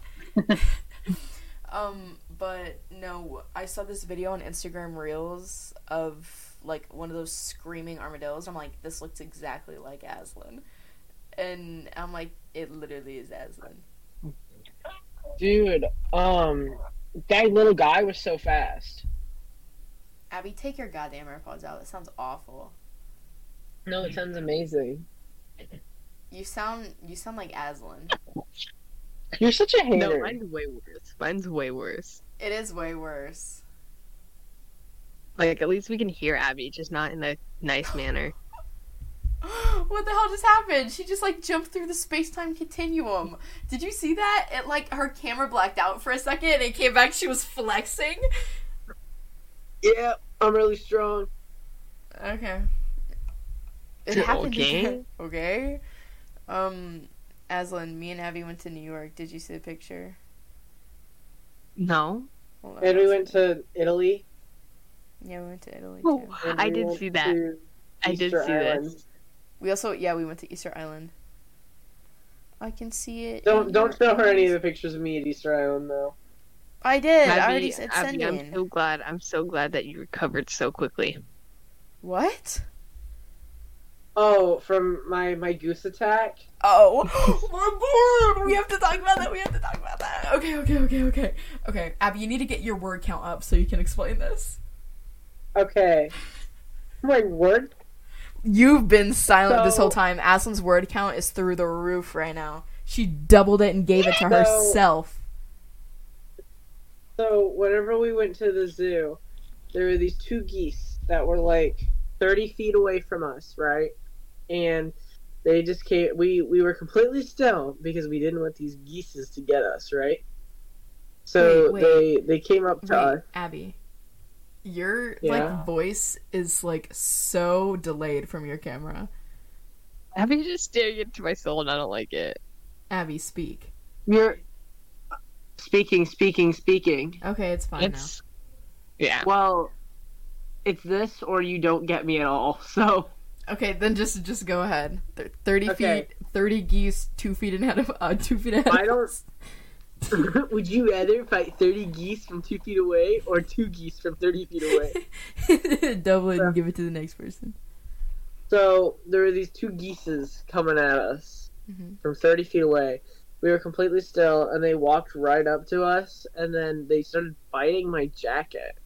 [SPEAKER 1] um, but no, I saw this video on Instagram Reels of like one of those screaming armadillos. I'm like, this looks exactly like Aslan, and I'm like, it literally is Aslan.
[SPEAKER 4] Dude, um, that little guy was so fast.
[SPEAKER 1] Abby, take your goddamn AirPods out. That sounds awful.
[SPEAKER 4] No, it sounds amazing.
[SPEAKER 1] You sound you sound like Aslan.
[SPEAKER 4] You're such a hater.
[SPEAKER 3] No, mine's way worse. Mine's way worse.
[SPEAKER 1] It is way worse.
[SPEAKER 3] Like at least we can hear Abby, just not in a nice manner.
[SPEAKER 1] [gasps] what the hell just happened? She just like jumped through the space time continuum. Did you see that? It like her camera blacked out for a second and it came back. She was flexing.
[SPEAKER 4] Yeah, I'm really strong.
[SPEAKER 1] Okay. It
[SPEAKER 3] Okay.
[SPEAKER 1] happened. again. Okay. Um, Aslan, me and Abby went to New York. Did you see the picture?
[SPEAKER 3] No.
[SPEAKER 1] Hold on.
[SPEAKER 5] And we went to Italy.
[SPEAKER 1] Yeah, we went to Italy
[SPEAKER 3] Oh,
[SPEAKER 1] too.
[SPEAKER 5] and
[SPEAKER 3] I
[SPEAKER 5] we
[SPEAKER 3] did
[SPEAKER 5] went
[SPEAKER 3] see that.
[SPEAKER 5] to
[SPEAKER 3] I did
[SPEAKER 5] Easter
[SPEAKER 3] see
[SPEAKER 5] Island.
[SPEAKER 3] this.
[SPEAKER 1] We also yeah we went to Easter Island. I can see it.
[SPEAKER 5] Don't
[SPEAKER 1] in
[SPEAKER 5] don't
[SPEAKER 1] your
[SPEAKER 5] show her any of
[SPEAKER 1] eyes.
[SPEAKER 5] the pictures of me at Easter Island though.
[SPEAKER 1] I did. I
[SPEAKER 3] Abby,
[SPEAKER 1] already said send
[SPEAKER 3] Abby,
[SPEAKER 1] in.
[SPEAKER 3] I'm so glad. I'm so glad that you recovered so quickly.
[SPEAKER 1] What?
[SPEAKER 5] Oh, from my my goose attack.
[SPEAKER 1] Oh, [laughs] we're bored. We have to talk about that. We have to talk about that. Okay, okay, okay, okay, okay. Abby, you need to get your word count up so you can explain this.
[SPEAKER 5] Okay. My word.
[SPEAKER 1] You've been silent this
[SPEAKER 5] So-
[SPEAKER 1] whole time. Aslan's word count is through the roof right now. She doubled it and gave it to herself.
[SPEAKER 5] So whenever we went to the zoo, there were these two geese that were like thirty feet away from us, right? And they just came. We we were completely still because we didn't want these geese to get us, right? So
[SPEAKER 1] Wait,
[SPEAKER 5] they they came up to us.
[SPEAKER 1] Wait, Abby, your
[SPEAKER 5] Yeah.
[SPEAKER 1] like voice is like so delayed from your camera.
[SPEAKER 3] Abby's just staring into my soul, and I don't like it.
[SPEAKER 1] Abby, speak.
[SPEAKER 4] You're speaking, speaking, speaking.
[SPEAKER 1] Okay, it's fine now.
[SPEAKER 3] It's yeah.
[SPEAKER 4] Well, it's this or you don't get me at all. So
[SPEAKER 5] [laughs]
[SPEAKER 1] Okay, then just just go ahead. Thir- Thirty
[SPEAKER 5] Okay.
[SPEAKER 1] feet, thirty geese, two feet ahead of uh, two feet ahead.
[SPEAKER 5] I
[SPEAKER 1] of
[SPEAKER 5] don't-
[SPEAKER 1] us.
[SPEAKER 4] would you rather fight thirty geese from two feet away or two geese from thirty feet away?
[SPEAKER 1] [laughs] Double it
[SPEAKER 5] Yeah.
[SPEAKER 1] and give it to the next person.
[SPEAKER 5] So there were these two geeses coming at us
[SPEAKER 1] Mhm.
[SPEAKER 5] from 30 feet away. We were completely still, and they walked right up to us, and then they started biting my jacket.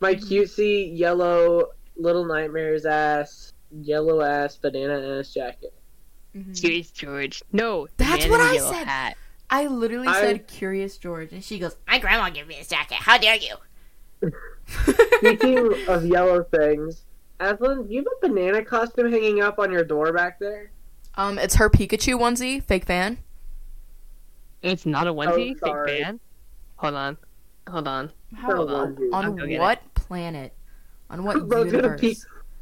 [SPEAKER 5] my cutesy yellow little nightmares ass, yellow ass, banana ass jacket.
[SPEAKER 1] Mm-hmm.
[SPEAKER 3] Curious George. No. the
[SPEAKER 1] Mm. That's
[SPEAKER 3] man
[SPEAKER 1] what
[SPEAKER 3] in the
[SPEAKER 1] I
[SPEAKER 3] yellow
[SPEAKER 1] said.
[SPEAKER 3] Hat.
[SPEAKER 1] I literally
[SPEAKER 5] I-
[SPEAKER 1] said "Curious George," and she goes,
[SPEAKER 2] My grandma gave me this jacket. How dare
[SPEAKER 1] [laughs]
[SPEAKER 2] you?
[SPEAKER 5] Speaking of yellow things, Aslan, do you have a banana costume hanging up on your door back there?
[SPEAKER 1] "Um, it's her Pikachu onesie, fake fan."
[SPEAKER 3] It's not a onesie.
[SPEAKER 5] sorry.
[SPEAKER 3] Fake fan. Hold on. Hold on.
[SPEAKER 1] How
[SPEAKER 5] Her onesie.
[SPEAKER 1] on
[SPEAKER 3] I'll go get
[SPEAKER 1] what planet? On
[SPEAKER 5] [laughs]
[SPEAKER 1] what
[SPEAKER 5] Bro's gonna
[SPEAKER 1] universe?
[SPEAKER 5] peek-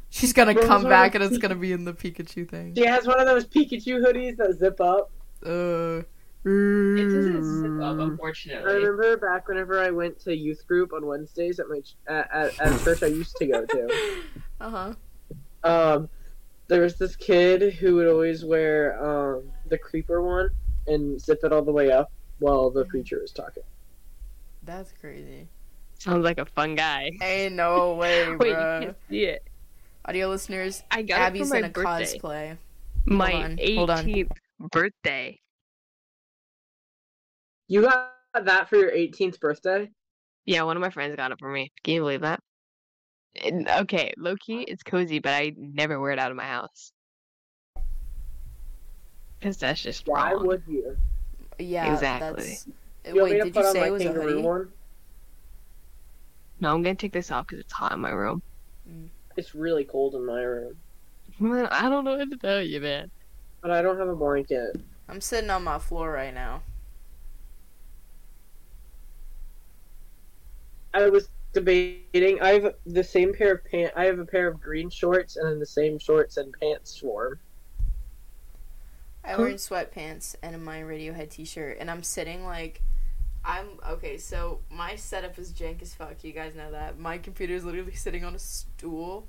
[SPEAKER 1] She's gonna
[SPEAKER 5] Bro's
[SPEAKER 1] come
[SPEAKER 5] gonna
[SPEAKER 1] back, and it's
[SPEAKER 5] peek.
[SPEAKER 1] gonna be in the Pikachu thing.
[SPEAKER 5] She has one of those Pikachu hoodies that zip up.
[SPEAKER 1] Uh.
[SPEAKER 5] Mm.
[SPEAKER 3] It doesn't zip up,
[SPEAKER 1] Mm.
[SPEAKER 5] I
[SPEAKER 3] unfortunately.
[SPEAKER 5] remember back whenever I went to youth group on Wednesdays at my ch- at, at, at a church I used to go to.
[SPEAKER 1] Uh huh.
[SPEAKER 5] Um, there was this kid who would always wear um, the creeper one and zip it all the way up while the preacher was talking.
[SPEAKER 1] That's crazy.
[SPEAKER 3] Sounds like a fun guy.
[SPEAKER 1] Ain't no way,
[SPEAKER 3] Wait, you
[SPEAKER 1] bruh.
[SPEAKER 3] [laughs] can't see it.
[SPEAKER 1] Audio listeners,
[SPEAKER 3] I got it
[SPEAKER 1] Abby's
[SPEAKER 3] for my
[SPEAKER 1] in a
[SPEAKER 3] birthday.
[SPEAKER 1] cosplay.
[SPEAKER 3] My
[SPEAKER 1] on, hold on.
[SPEAKER 3] 18th birthday.
[SPEAKER 5] You got that for your 18th birthday?
[SPEAKER 3] Yeah, one of my friends got it for me. Can you believe that? And- okay, low key, it's cozy, but I never wear it out of my house. Because that's just
[SPEAKER 5] Why
[SPEAKER 3] wrong.
[SPEAKER 5] would you?
[SPEAKER 1] Yeah,
[SPEAKER 3] Exactly.
[SPEAKER 1] That's...
[SPEAKER 5] want
[SPEAKER 1] Wait,
[SPEAKER 5] me to
[SPEAKER 1] did
[SPEAKER 5] put
[SPEAKER 1] you
[SPEAKER 5] on
[SPEAKER 1] say
[SPEAKER 5] my
[SPEAKER 1] it was a
[SPEAKER 5] kangaroo
[SPEAKER 1] hoodie?
[SPEAKER 5] One?
[SPEAKER 3] No, I'm going to take this off because it's hot in my room. [laughs]
[SPEAKER 5] It's really cold in my room,
[SPEAKER 3] Man, I don't know what to tell
[SPEAKER 5] [laughs]
[SPEAKER 3] you, man.
[SPEAKER 5] but I don't have a blanket.
[SPEAKER 1] I'm sitting on my floor right now.
[SPEAKER 5] I was debating. I have the same pair of pants. I have a pair of green shorts and then the same shorts and pants form.
[SPEAKER 1] I were in sweatpants and my Radiohead t-shirt, and I'm sitting like, I'm okay. So my setup is jank as fuck. You guys know that. My computer is literally sitting on a stool.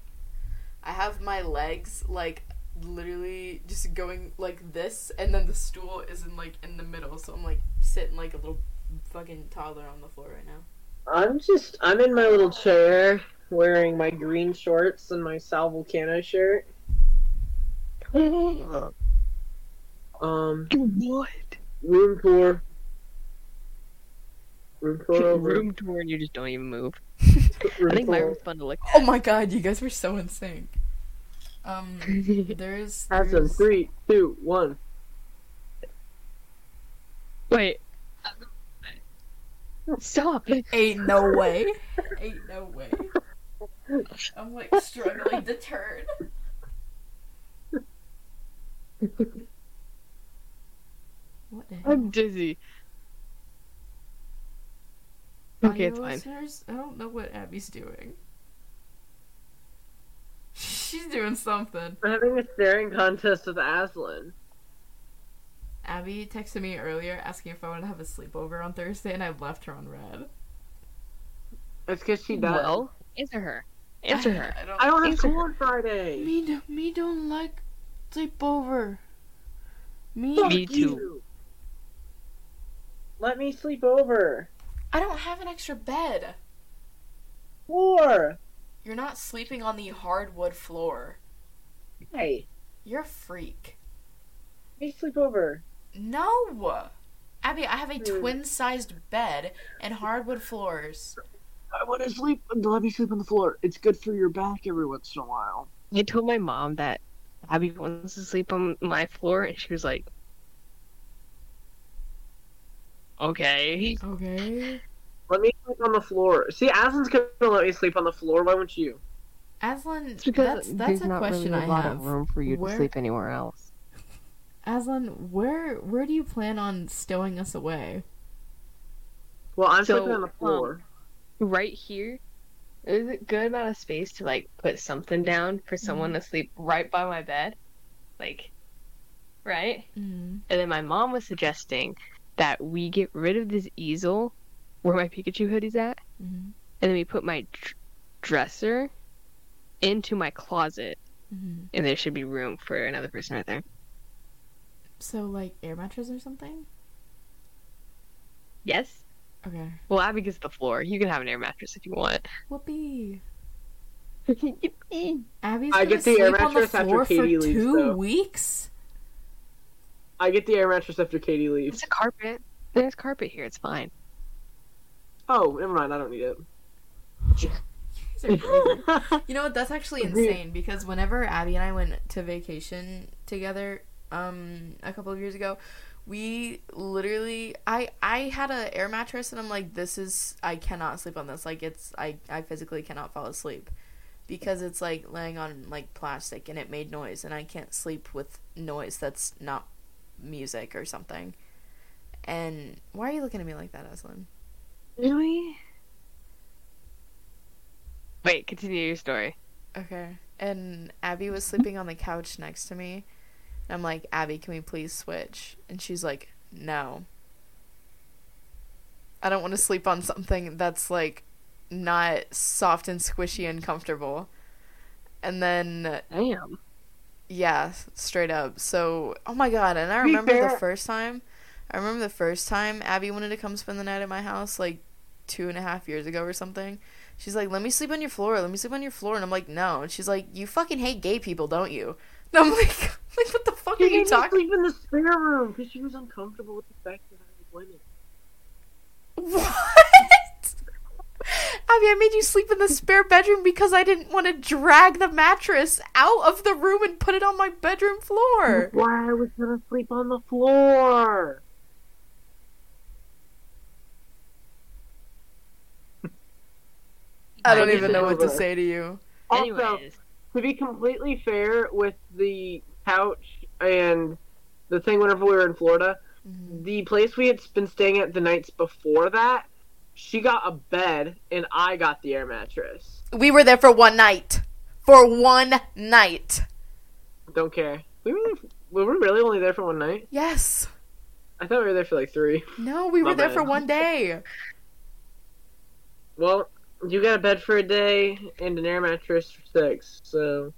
[SPEAKER 1] I have my legs like literally just going like this, and then the stool is in like in the middle. So I'm like sitting like a little fucking toddler on the floor right now.
[SPEAKER 5] I'm just I'm in my little chair wearing my green shorts and my Sal Volcano shirt. Um
[SPEAKER 3] [laughs] what?
[SPEAKER 5] room tour. Room [laughs] tour over.
[SPEAKER 3] Room tour and you just don't even move.
[SPEAKER 5] room
[SPEAKER 3] I think my
[SPEAKER 5] tour.
[SPEAKER 3] room's fun to look
[SPEAKER 1] Oh my god, you guys were so in sync. Um,
[SPEAKER 3] [laughs] at.
[SPEAKER 1] there's
[SPEAKER 5] Have some
[SPEAKER 1] there's-
[SPEAKER 5] three, two, one.
[SPEAKER 3] Wait.
[SPEAKER 5] [laughs]
[SPEAKER 3] Stop.
[SPEAKER 1] Ain't no way. Ain't no way. I'm like struggling to turn. What the hell?
[SPEAKER 3] I'm dizzy. Okay, it's
[SPEAKER 1] Audio
[SPEAKER 3] fine.
[SPEAKER 1] listeners, I don't know what Abby's doing. She's doing something.
[SPEAKER 5] I'm having a staring contest with Aslan.
[SPEAKER 1] Abby texted me earlier asking if I wanted to have a sleepover on Thursday, and I left her on red.
[SPEAKER 5] It's because she died.
[SPEAKER 3] Well, answer her. Answer her.
[SPEAKER 1] I don't,
[SPEAKER 5] I don't have
[SPEAKER 3] Answer
[SPEAKER 5] school
[SPEAKER 3] her.
[SPEAKER 5] on Friday.
[SPEAKER 1] Me, do, me don't like sleepover. Me,
[SPEAKER 5] Fuck
[SPEAKER 3] Me too.
[SPEAKER 5] you. Let me sleep over.
[SPEAKER 1] I don't have an extra bed.
[SPEAKER 5] Four.
[SPEAKER 1] You're not sleeping on the hardwood floor.
[SPEAKER 5] Hey,
[SPEAKER 1] You're a freak.
[SPEAKER 5] let me sleep over.
[SPEAKER 1] No, Abby, I have a
[SPEAKER 5] Hmm.
[SPEAKER 1] twin-sized bed and hardwood floors.
[SPEAKER 5] I want to sleep. Let me sleep on the floor. It's good for your back every once in a while.
[SPEAKER 3] I told my mom that Abby wants to sleep on my floor, and she was like, "Okay."
[SPEAKER 1] Okay.
[SPEAKER 5] Let me sleep on the floor. See, Aslan's gonna let me sleep on the floor. Why won't you?
[SPEAKER 1] Aslan,
[SPEAKER 3] It's
[SPEAKER 1] that's
[SPEAKER 3] because
[SPEAKER 1] that's
[SPEAKER 3] there's
[SPEAKER 1] a
[SPEAKER 3] not
[SPEAKER 1] question
[SPEAKER 3] really a
[SPEAKER 1] I
[SPEAKER 3] lot
[SPEAKER 1] have.
[SPEAKER 3] of room for you
[SPEAKER 1] Where-
[SPEAKER 3] to sleep anywhere else.
[SPEAKER 1] Aslan, where where do you plan on stowing us away?
[SPEAKER 5] Well, I'm
[SPEAKER 3] So, um,
[SPEAKER 5] sleeping on the
[SPEAKER 3] [laughs]
[SPEAKER 5] floor.
[SPEAKER 3] Right here, there's a good amount of space to like put something down for someone
[SPEAKER 1] Mm-hmm.
[SPEAKER 3] to sleep right by my bed, like, right.
[SPEAKER 1] Mm.
[SPEAKER 3] And then my mom was suggesting that we get rid of this easel where my Pikachu hoodie's at,
[SPEAKER 1] Mhm.
[SPEAKER 3] and then we put my dr- dresser into my closet,
[SPEAKER 1] Mhm.
[SPEAKER 3] and there should be room for another person right there.
[SPEAKER 1] So like air mattress or something?
[SPEAKER 3] Yes.
[SPEAKER 1] Okay.
[SPEAKER 3] Well, Abby gets the floor. You can have an air mattress if you want.
[SPEAKER 1] Whoopee.
[SPEAKER 3] Yippee.
[SPEAKER 1] Abby's
[SPEAKER 5] I
[SPEAKER 1] gonna
[SPEAKER 5] get the air
[SPEAKER 1] sleep on the
[SPEAKER 5] mattress after
[SPEAKER 1] floor for
[SPEAKER 5] Katie leaves,
[SPEAKER 1] two
[SPEAKER 5] though.
[SPEAKER 1] weeks.
[SPEAKER 5] [laughs] I get the air mattress after Katie
[SPEAKER 3] it's
[SPEAKER 5] leaves.
[SPEAKER 3] a carpet. There's carpet here. It's fine.
[SPEAKER 5] Oh, never mind. I don't
[SPEAKER 3] [laughs]
[SPEAKER 5] need it.
[SPEAKER 1] These are crazy.
[SPEAKER 5] [laughs]
[SPEAKER 1] [laughs] You know what? That's actually insane because whenever Abby and I went to vacation together, um, a couple of years ago, we literally, I, I had a air mattress and I'm like, this is, I cannot sleep on this. Like, it's, I, I physically cannot fall asleep because it's like laying on like plastic and it made noise and I can't sleep with noise that's not music or something. And why are you looking at me like that, Aslan?
[SPEAKER 3] Really? Wait. Continue your story.
[SPEAKER 1] Okay. And Abby was sleeping on the couch next to me. And I'm like, Abby, can we please switch? And she's like, no. I don't want to sleep on something that's like not soft and squishy and comfortable. And then,
[SPEAKER 3] Damn.
[SPEAKER 1] yeah, straight up. So, oh my God. And I
[SPEAKER 5] Be
[SPEAKER 1] remember the
[SPEAKER 5] fair-
[SPEAKER 1] first time, I remember the first time Abby wanted to come spend the night at my house, like two and a half years ago or something. She's like, let me sleep on your floor. Let me sleep on your floor. And I'm like, no. And she's like, you fucking hate gay people, don't you? [laughs] And I'm like, [laughs] like what the fuck are
[SPEAKER 5] She
[SPEAKER 1] you
[SPEAKER 5] made me
[SPEAKER 1] talking? [laughs]
[SPEAKER 5] sleep in the spare room because she was uncomfortable with the fact that I was women.
[SPEAKER 1] What? [laughs] Abby, I made you sleep in the spare bedroom because I didn't want to drag the mattress out of the room and put it on my bedroom floor.
[SPEAKER 5] Why I was gonna sleep on the floor?
[SPEAKER 1] I don't
[SPEAKER 3] Abby's
[SPEAKER 1] even know what to
[SPEAKER 5] over.
[SPEAKER 1] say to you.
[SPEAKER 5] Also,
[SPEAKER 3] Anyways.
[SPEAKER 5] to be completely fair with the couch and the thing whenever we were in Florida, the place we had been staying at the nights before that, she got a bed and I got the air mattress.
[SPEAKER 1] We were there for one night. For one night.
[SPEAKER 5] Don't care. We were there. Were we really only there for one night?
[SPEAKER 1] Yes.
[SPEAKER 5] I thought we were there for like three.
[SPEAKER 1] No, we
[SPEAKER 5] My
[SPEAKER 1] were there
[SPEAKER 5] bad.
[SPEAKER 1] for one day.
[SPEAKER 5] Well, you got a bed for a day and an air mattress for six, so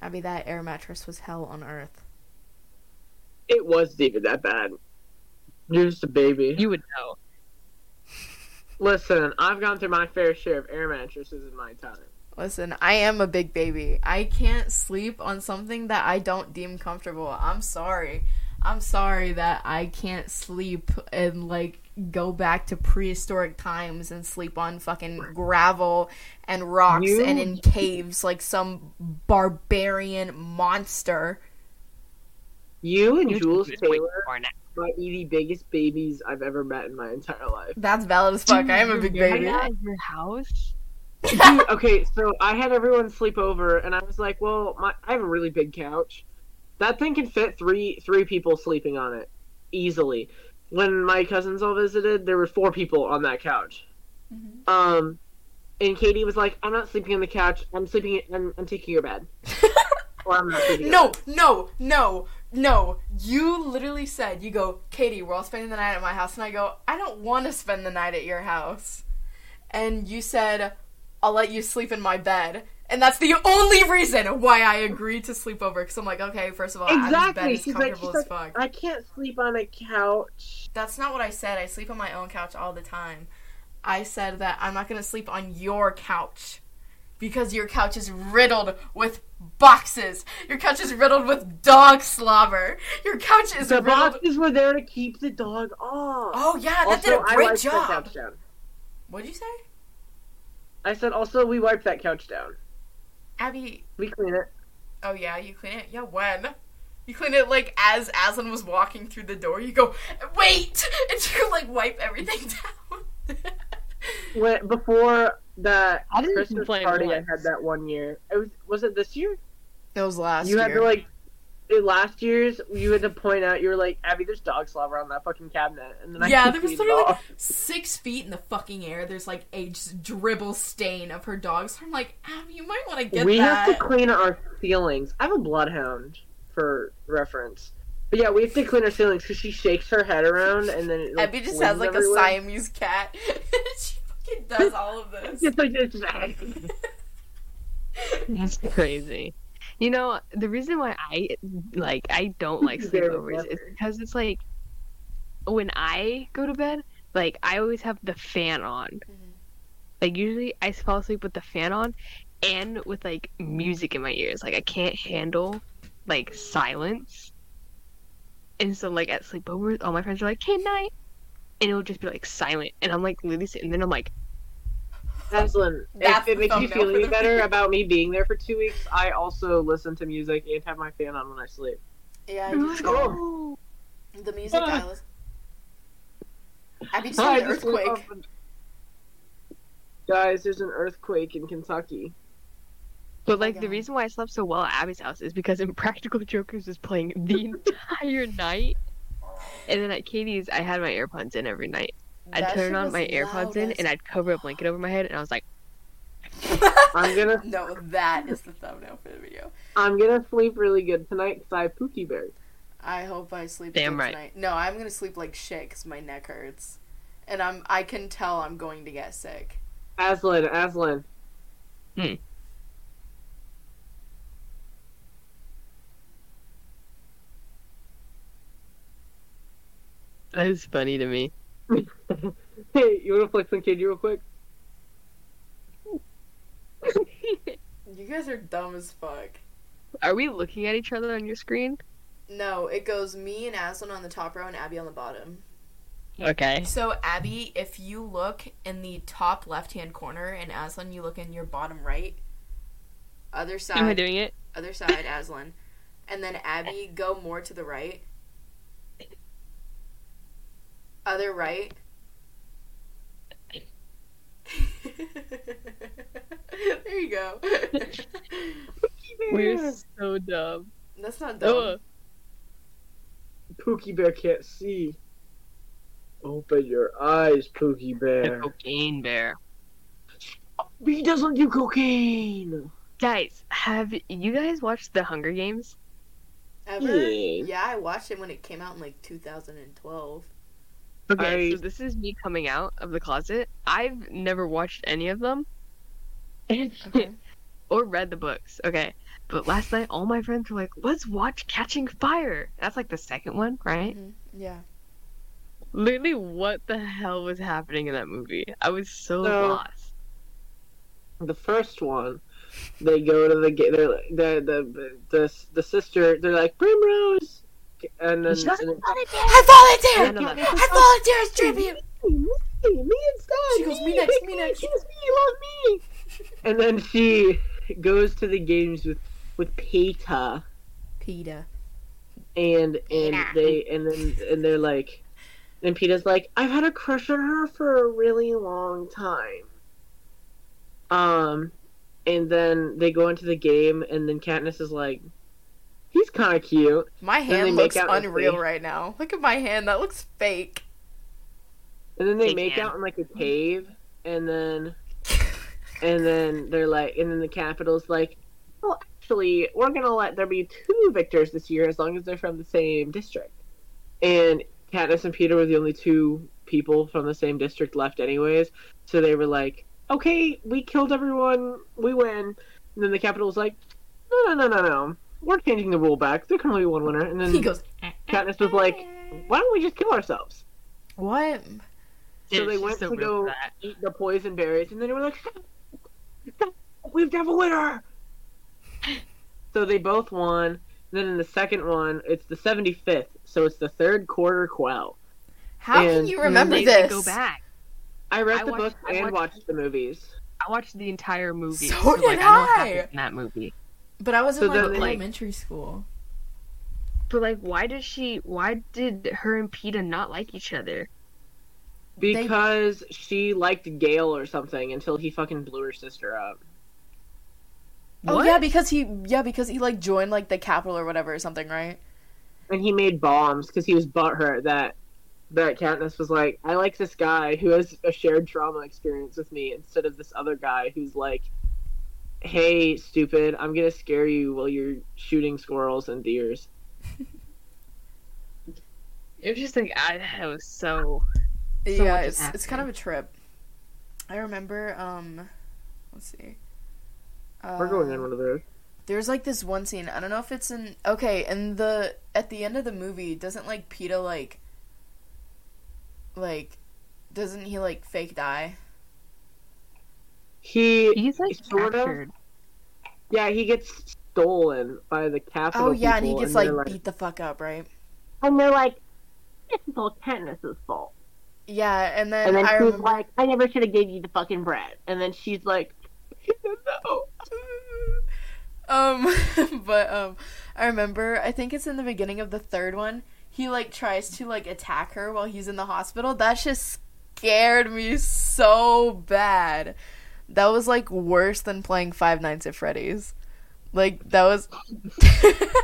[SPEAKER 1] I mean, that air mattress was hell on earth.
[SPEAKER 5] it wasn't even that bad. You're just a baby.
[SPEAKER 3] You would know.
[SPEAKER 5] Listen, I've gone through my fair share of air mattresses in my time.
[SPEAKER 1] Listen, I am a big baby. I can't sleep on something that I don't deem comfortable. I'm sorry. I'm sorry that I can't sleep and like go back to prehistoric times and sleep on fucking gravel and rocks
[SPEAKER 5] You-
[SPEAKER 1] and in caves like some barbarian monster.
[SPEAKER 5] You and
[SPEAKER 3] You
[SPEAKER 5] Jules
[SPEAKER 3] should do it way
[SPEAKER 5] Taylor
[SPEAKER 3] before now.
[SPEAKER 5] might be the biggest babies I've ever met in my entire life.
[SPEAKER 1] That's valid as fuck. I am a big
[SPEAKER 3] Right
[SPEAKER 1] baby.
[SPEAKER 3] now at your house?
[SPEAKER 5] Dude, okay, so I had everyone sleep over, and I was like, "Well, my, I have a really big couch. That thing can fit three three people sleeping on it easily." When my cousins all visited, there were four people on that couch.
[SPEAKER 1] Mm-hmm.
[SPEAKER 5] Um, and Katie was like, "I'm not sleeping on the couch. I'm sleeping. I'm, I'm taking
[SPEAKER 1] [laughs]
[SPEAKER 5] your bed." or I'm not sleeping.
[SPEAKER 1] No, no, no, no. You literally said, you go, Katie, we're all spending the night at my house. And I go, I don't want to spend the night at your house. And you said, I'll let you sleep in my bed. And that's the only reason why I agreed to sleep over. Because I'm like, okay, first of all, Adam's bed
[SPEAKER 5] Exactly.
[SPEAKER 1] is
[SPEAKER 5] She's like, she's
[SPEAKER 1] comfortable
[SPEAKER 5] like,
[SPEAKER 1] as fuck.
[SPEAKER 5] I can't sleep on a couch.
[SPEAKER 1] That's not what I said. I sleep on my own couch all the time. I said that I'm not going to sleep on your couch because your couch is riddled with boxes. Your couch is riddled with dog slobber. Your couch is
[SPEAKER 5] The
[SPEAKER 1] riddled.
[SPEAKER 5] boxes were there to keep the dog off.
[SPEAKER 1] oh yeah, that
[SPEAKER 5] also,
[SPEAKER 1] did a
[SPEAKER 5] I
[SPEAKER 1] great
[SPEAKER 5] wiped
[SPEAKER 1] job.
[SPEAKER 5] the couch down.
[SPEAKER 1] What'd you say,
[SPEAKER 5] I said, also, we wiped that couch down.
[SPEAKER 1] Abby?
[SPEAKER 5] We clean it.
[SPEAKER 1] Oh yeah, you clean it. Yeah, when? You clean it like as Aslan was walking through the door. You go, wait, [laughs] and you like wipe everything [laughs] down.
[SPEAKER 5] When, before that
[SPEAKER 3] I didn't
[SPEAKER 5] Christmas
[SPEAKER 3] complain
[SPEAKER 5] party I
[SPEAKER 3] once.
[SPEAKER 5] had that one year, it was was it this year?
[SPEAKER 1] that was last
[SPEAKER 5] you had to like it, last year's. You had to point out. You were like, Abby, there's dog slobber on that fucking cabinet, and then I
[SPEAKER 1] Yeah,
[SPEAKER 5] keep
[SPEAKER 1] there was
[SPEAKER 5] cleaning it
[SPEAKER 1] literally like
[SPEAKER 5] off.
[SPEAKER 1] six feet in the fucking air. There's like a just dribble stain of her dog. So I'm like, Abby, you might want to get
[SPEAKER 5] we
[SPEAKER 1] that.
[SPEAKER 5] have to clean our ceilings. I have a bloodhound for reference. But yeah, we have to clean our ceilings because she shakes her head around and then it, like,
[SPEAKER 1] Abby just has
[SPEAKER 5] flings
[SPEAKER 1] like
[SPEAKER 5] everywhere.
[SPEAKER 1] a Siamese cat. [laughs] she fucking does all of this.
[SPEAKER 5] [laughs] It's like it's just-
[SPEAKER 3] That's crazy. You know, the reason why I like I don't like
[SPEAKER 5] Very
[SPEAKER 3] sleepovers is
[SPEAKER 5] clever.
[SPEAKER 3] because it's like when I go to bed, like I always have the fan on. Like usually I fall asleep with the fan on and with like music in my ears. Like I can't handle like silence. And so like at sleepovers all my friends are like, Hey night and it'll just be like silent and I'm like literally sitting there and I'm like
[SPEAKER 5] Aslan,
[SPEAKER 1] That's
[SPEAKER 5] if it
[SPEAKER 1] the
[SPEAKER 5] makes
[SPEAKER 1] thumbnail
[SPEAKER 5] you feel
[SPEAKER 1] for
[SPEAKER 5] any
[SPEAKER 1] the
[SPEAKER 5] better
[SPEAKER 1] video.
[SPEAKER 5] about me being there for two weeks, I also listen to music and have my fan on when I sleep.
[SPEAKER 1] Yeah,
[SPEAKER 5] Let's go.
[SPEAKER 1] the music
[SPEAKER 5] [laughs] I
[SPEAKER 1] was. Abby just
[SPEAKER 5] Hi, just woke up and- Guys, there's an earthquake in Kentucky.
[SPEAKER 3] But like the
[SPEAKER 1] God.
[SPEAKER 3] reason why I slept so well at Abby's house is because [laughs] Impractical Jokers was playing the entire night. And then at Katie's I had my AirPods in every night. I'd turn on my AirPods in and I'd cover a blanket over my head and I was like
[SPEAKER 5] I'm gonna-
[SPEAKER 1] [laughs] No, that is the thumbnail for the video.
[SPEAKER 5] I'm gonna sleep really good tonight because I have Pookie Bear.
[SPEAKER 1] I hope I sleep
[SPEAKER 3] Damn
[SPEAKER 1] good
[SPEAKER 3] right.
[SPEAKER 1] tonight. No, I'm gonna sleep like shit because my neck hurts, and I'm I can tell I'm going to get sick.
[SPEAKER 5] Aslan, Aslan.
[SPEAKER 3] Hmm. That is funny to [laughs] me.
[SPEAKER 5] Hey, you wanna flex on Katie real quick?
[SPEAKER 1] You guys are dumb as fuck.
[SPEAKER 3] Are we looking at each other on your screen?
[SPEAKER 1] No, it goes me and Aslan on the top row and Abby on the bottom.
[SPEAKER 3] Okay.
[SPEAKER 1] So Abby, if you look in the top left hand corner and Aslan, you look in your bottom right. Other
[SPEAKER 3] Am I
[SPEAKER 1] side,
[SPEAKER 3] doing it?
[SPEAKER 1] other side, Aslan, and then Abby, go more to the right. Other right. [laughs] there you go. [laughs]
[SPEAKER 3] We're so dumb.
[SPEAKER 1] That's not dumb.
[SPEAKER 3] Ugh.
[SPEAKER 5] Pookie Bear can't see. Open your eyes, Pookie
[SPEAKER 3] The
[SPEAKER 5] Bear.
[SPEAKER 3] cocaine bear.
[SPEAKER 5] He doesn't do cocaine.
[SPEAKER 3] Guys, have you guys watched The Hunger Games?
[SPEAKER 1] ever.
[SPEAKER 5] Yeah.
[SPEAKER 1] Yeah, I watched it when it came out in like 2012.
[SPEAKER 3] Okay,
[SPEAKER 5] I-
[SPEAKER 3] Um, so this is me coming out of the closet. I've never watched any of them. [laughs]
[SPEAKER 1] Okay.
[SPEAKER 3] or read the books. Okay. But last night, all my friends were like, let's watch Catching Fire. That's like the second one, right?
[SPEAKER 1] Mhm. Yeah.
[SPEAKER 3] Literally, what the hell was happening in that movie? I was so
[SPEAKER 5] So-
[SPEAKER 3] lost.
[SPEAKER 5] the first one, they go to the ga- they're like- the the the the, the sister. They're like Primrose, and then
[SPEAKER 3] She's not
[SPEAKER 5] and then-
[SPEAKER 1] I
[SPEAKER 3] Yeah,
[SPEAKER 1] volunteer.
[SPEAKER 3] no, no.
[SPEAKER 1] I volunteer as tribute.
[SPEAKER 5] me, me, me instead.
[SPEAKER 1] She goes, "Me next, me next."
[SPEAKER 5] She
[SPEAKER 1] [laughs]
[SPEAKER 5] goes, me, love me. And then she goes to the games with with Peta,
[SPEAKER 1] Peta.
[SPEAKER 5] and and
[SPEAKER 6] Peta.
[SPEAKER 5] they and then and they're like, and Peta's like, I've had a crush on her for a really long time. Um, and then they go into the game, and then Katniss is like, he's kind of cute.
[SPEAKER 1] My
[SPEAKER 5] they
[SPEAKER 1] hand
[SPEAKER 5] make
[SPEAKER 1] looks
[SPEAKER 5] out with
[SPEAKER 1] unreal
[SPEAKER 5] me.
[SPEAKER 1] right now. Look at my hand. That looks fake.
[SPEAKER 5] And then they
[SPEAKER 3] Big
[SPEAKER 5] make
[SPEAKER 3] man.
[SPEAKER 5] out in like a
[SPEAKER 1] Mm-hmm.
[SPEAKER 5] cave, and then, and then they're like, and then the Capitol's like, well, actually, we're gonna let there be two victors this year as long as they're from the same district. And Katniss and Peter were the only two people from the same district left, anyways. So they were like, okay, we killed everyone, we win. And then the Capitol was like, no, no, no, no, no, we're changing the rule back. There can only be one winner.
[SPEAKER 1] [laughs]
[SPEAKER 5] And
[SPEAKER 1] He
[SPEAKER 5] then
[SPEAKER 1] goes,
[SPEAKER 5] Katniss was like, why don't we just kill ourselves?
[SPEAKER 1] What?
[SPEAKER 5] So
[SPEAKER 3] Dude,
[SPEAKER 5] they
[SPEAKER 3] she's
[SPEAKER 5] went to
[SPEAKER 3] real for
[SPEAKER 5] go-
[SPEAKER 3] that.
[SPEAKER 5] eat the poison berries, and then they were like, "We've got a
[SPEAKER 3] [laughs]
[SPEAKER 5] winner!" So they both won. And then in the second one, it's the 75th, so it's the third quarter quell.
[SPEAKER 1] How can
[SPEAKER 5] And-
[SPEAKER 1] you remember
[SPEAKER 3] They-
[SPEAKER 1] this?
[SPEAKER 3] They go back.
[SPEAKER 5] I read
[SPEAKER 3] I
[SPEAKER 5] the
[SPEAKER 3] watched-
[SPEAKER 5] books
[SPEAKER 3] I
[SPEAKER 5] and
[SPEAKER 3] watched-
[SPEAKER 5] watched the movies.
[SPEAKER 3] I watched the entire movie.
[SPEAKER 1] So
[SPEAKER 3] like,
[SPEAKER 1] did
[SPEAKER 3] know what
[SPEAKER 1] I.
[SPEAKER 3] happens in that movie.
[SPEAKER 1] But I was in
[SPEAKER 5] So
[SPEAKER 1] like
[SPEAKER 5] they're,
[SPEAKER 3] like-
[SPEAKER 1] elementary school.
[SPEAKER 3] But like, why does she? Why did her and Peta not like each other?
[SPEAKER 5] Because she liked Gale or something until he fucking blew her sister up.
[SPEAKER 1] Oh
[SPEAKER 3] What?
[SPEAKER 1] yeah, because he yeah because he like joined like the capital or whatever or something, right?
[SPEAKER 5] And he made bombs because he was butthurt that that Katniss was like, I like this guy who has a shared trauma experience with me instead of this other guy who's like, Hey, stupid, I'm gonna scare you while you're shooting squirrels and deers.
[SPEAKER 3] It was just like I, I was so. So
[SPEAKER 1] yeah,
[SPEAKER 3] much
[SPEAKER 1] it's it's kind of
[SPEAKER 3] happened.
[SPEAKER 1] a trip. I remember. Um, let's see. Uh,
[SPEAKER 5] We're going in one of those.
[SPEAKER 1] There's like this one scene. I don't know if it's in okay. And the at the end of the movie, doesn't like Peta like like doesn't he like fake die?
[SPEAKER 5] He
[SPEAKER 3] He's like
[SPEAKER 5] Sort of.
[SPEAKER 3] captured.
[SPEAKER 5] yeah, he gets stolen by the capital.
[SPEAKER 1] Oh yeah, and he
[SPEAKER 5] people,
[SPEAKER 1] gets
[SPEAKER 5] they're
[SPEAKER 1] like, beat the fuck up, right?
[SPEAKER 5] and they're like, This is all Katniss's fault.
[SPEAKER 1] Yeah, and then,
[SPEAKER 5] And then
[SPEAKER 1] I
[SPEAKER 5] she's
[SPEAKER 1] remember.
[SPEAKER 5] like, I never should have gave you the fucking bread. And then she's like, No.
[SPEAKER 1] um [laughs] but um i remember i think it's in the beginning of the third one he like tries to like attack her while he's in the hospital that just scared me so bad that was like worse than playing five nights at freddy's like that was [laughs] that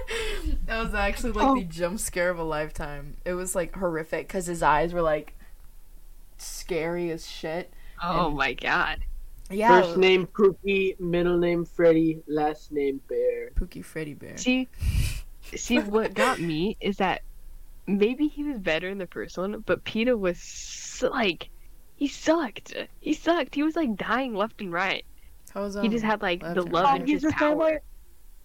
[SPEAKER 1] was actually like
[SPEAKER 2] Oh.
[SPEAKER 1] the jump scare of a lifetime it was like horrific because his eyes were like scary as shit
[SPEAKER 3] Oh my god.
[SPEAKER 1] yeah
[SPEAKER 5] First name Pookie, middle name Freddy, last name Bear.
[SPEAKER 1] pookie freddy bear
[SPEAKER 3] See, see, what got me is that maybe he was better in the first one, but Peter was s like, he sucked. He sucked. He was like dying left and right.
[SPEAKER 1] How was,
[SPEAKER 3] He just
[SPEAKER 1] um,
[SPEAKER 3] had like the
[SPEAKER 1] left-handed.
[SPEAKER 3] love and his power.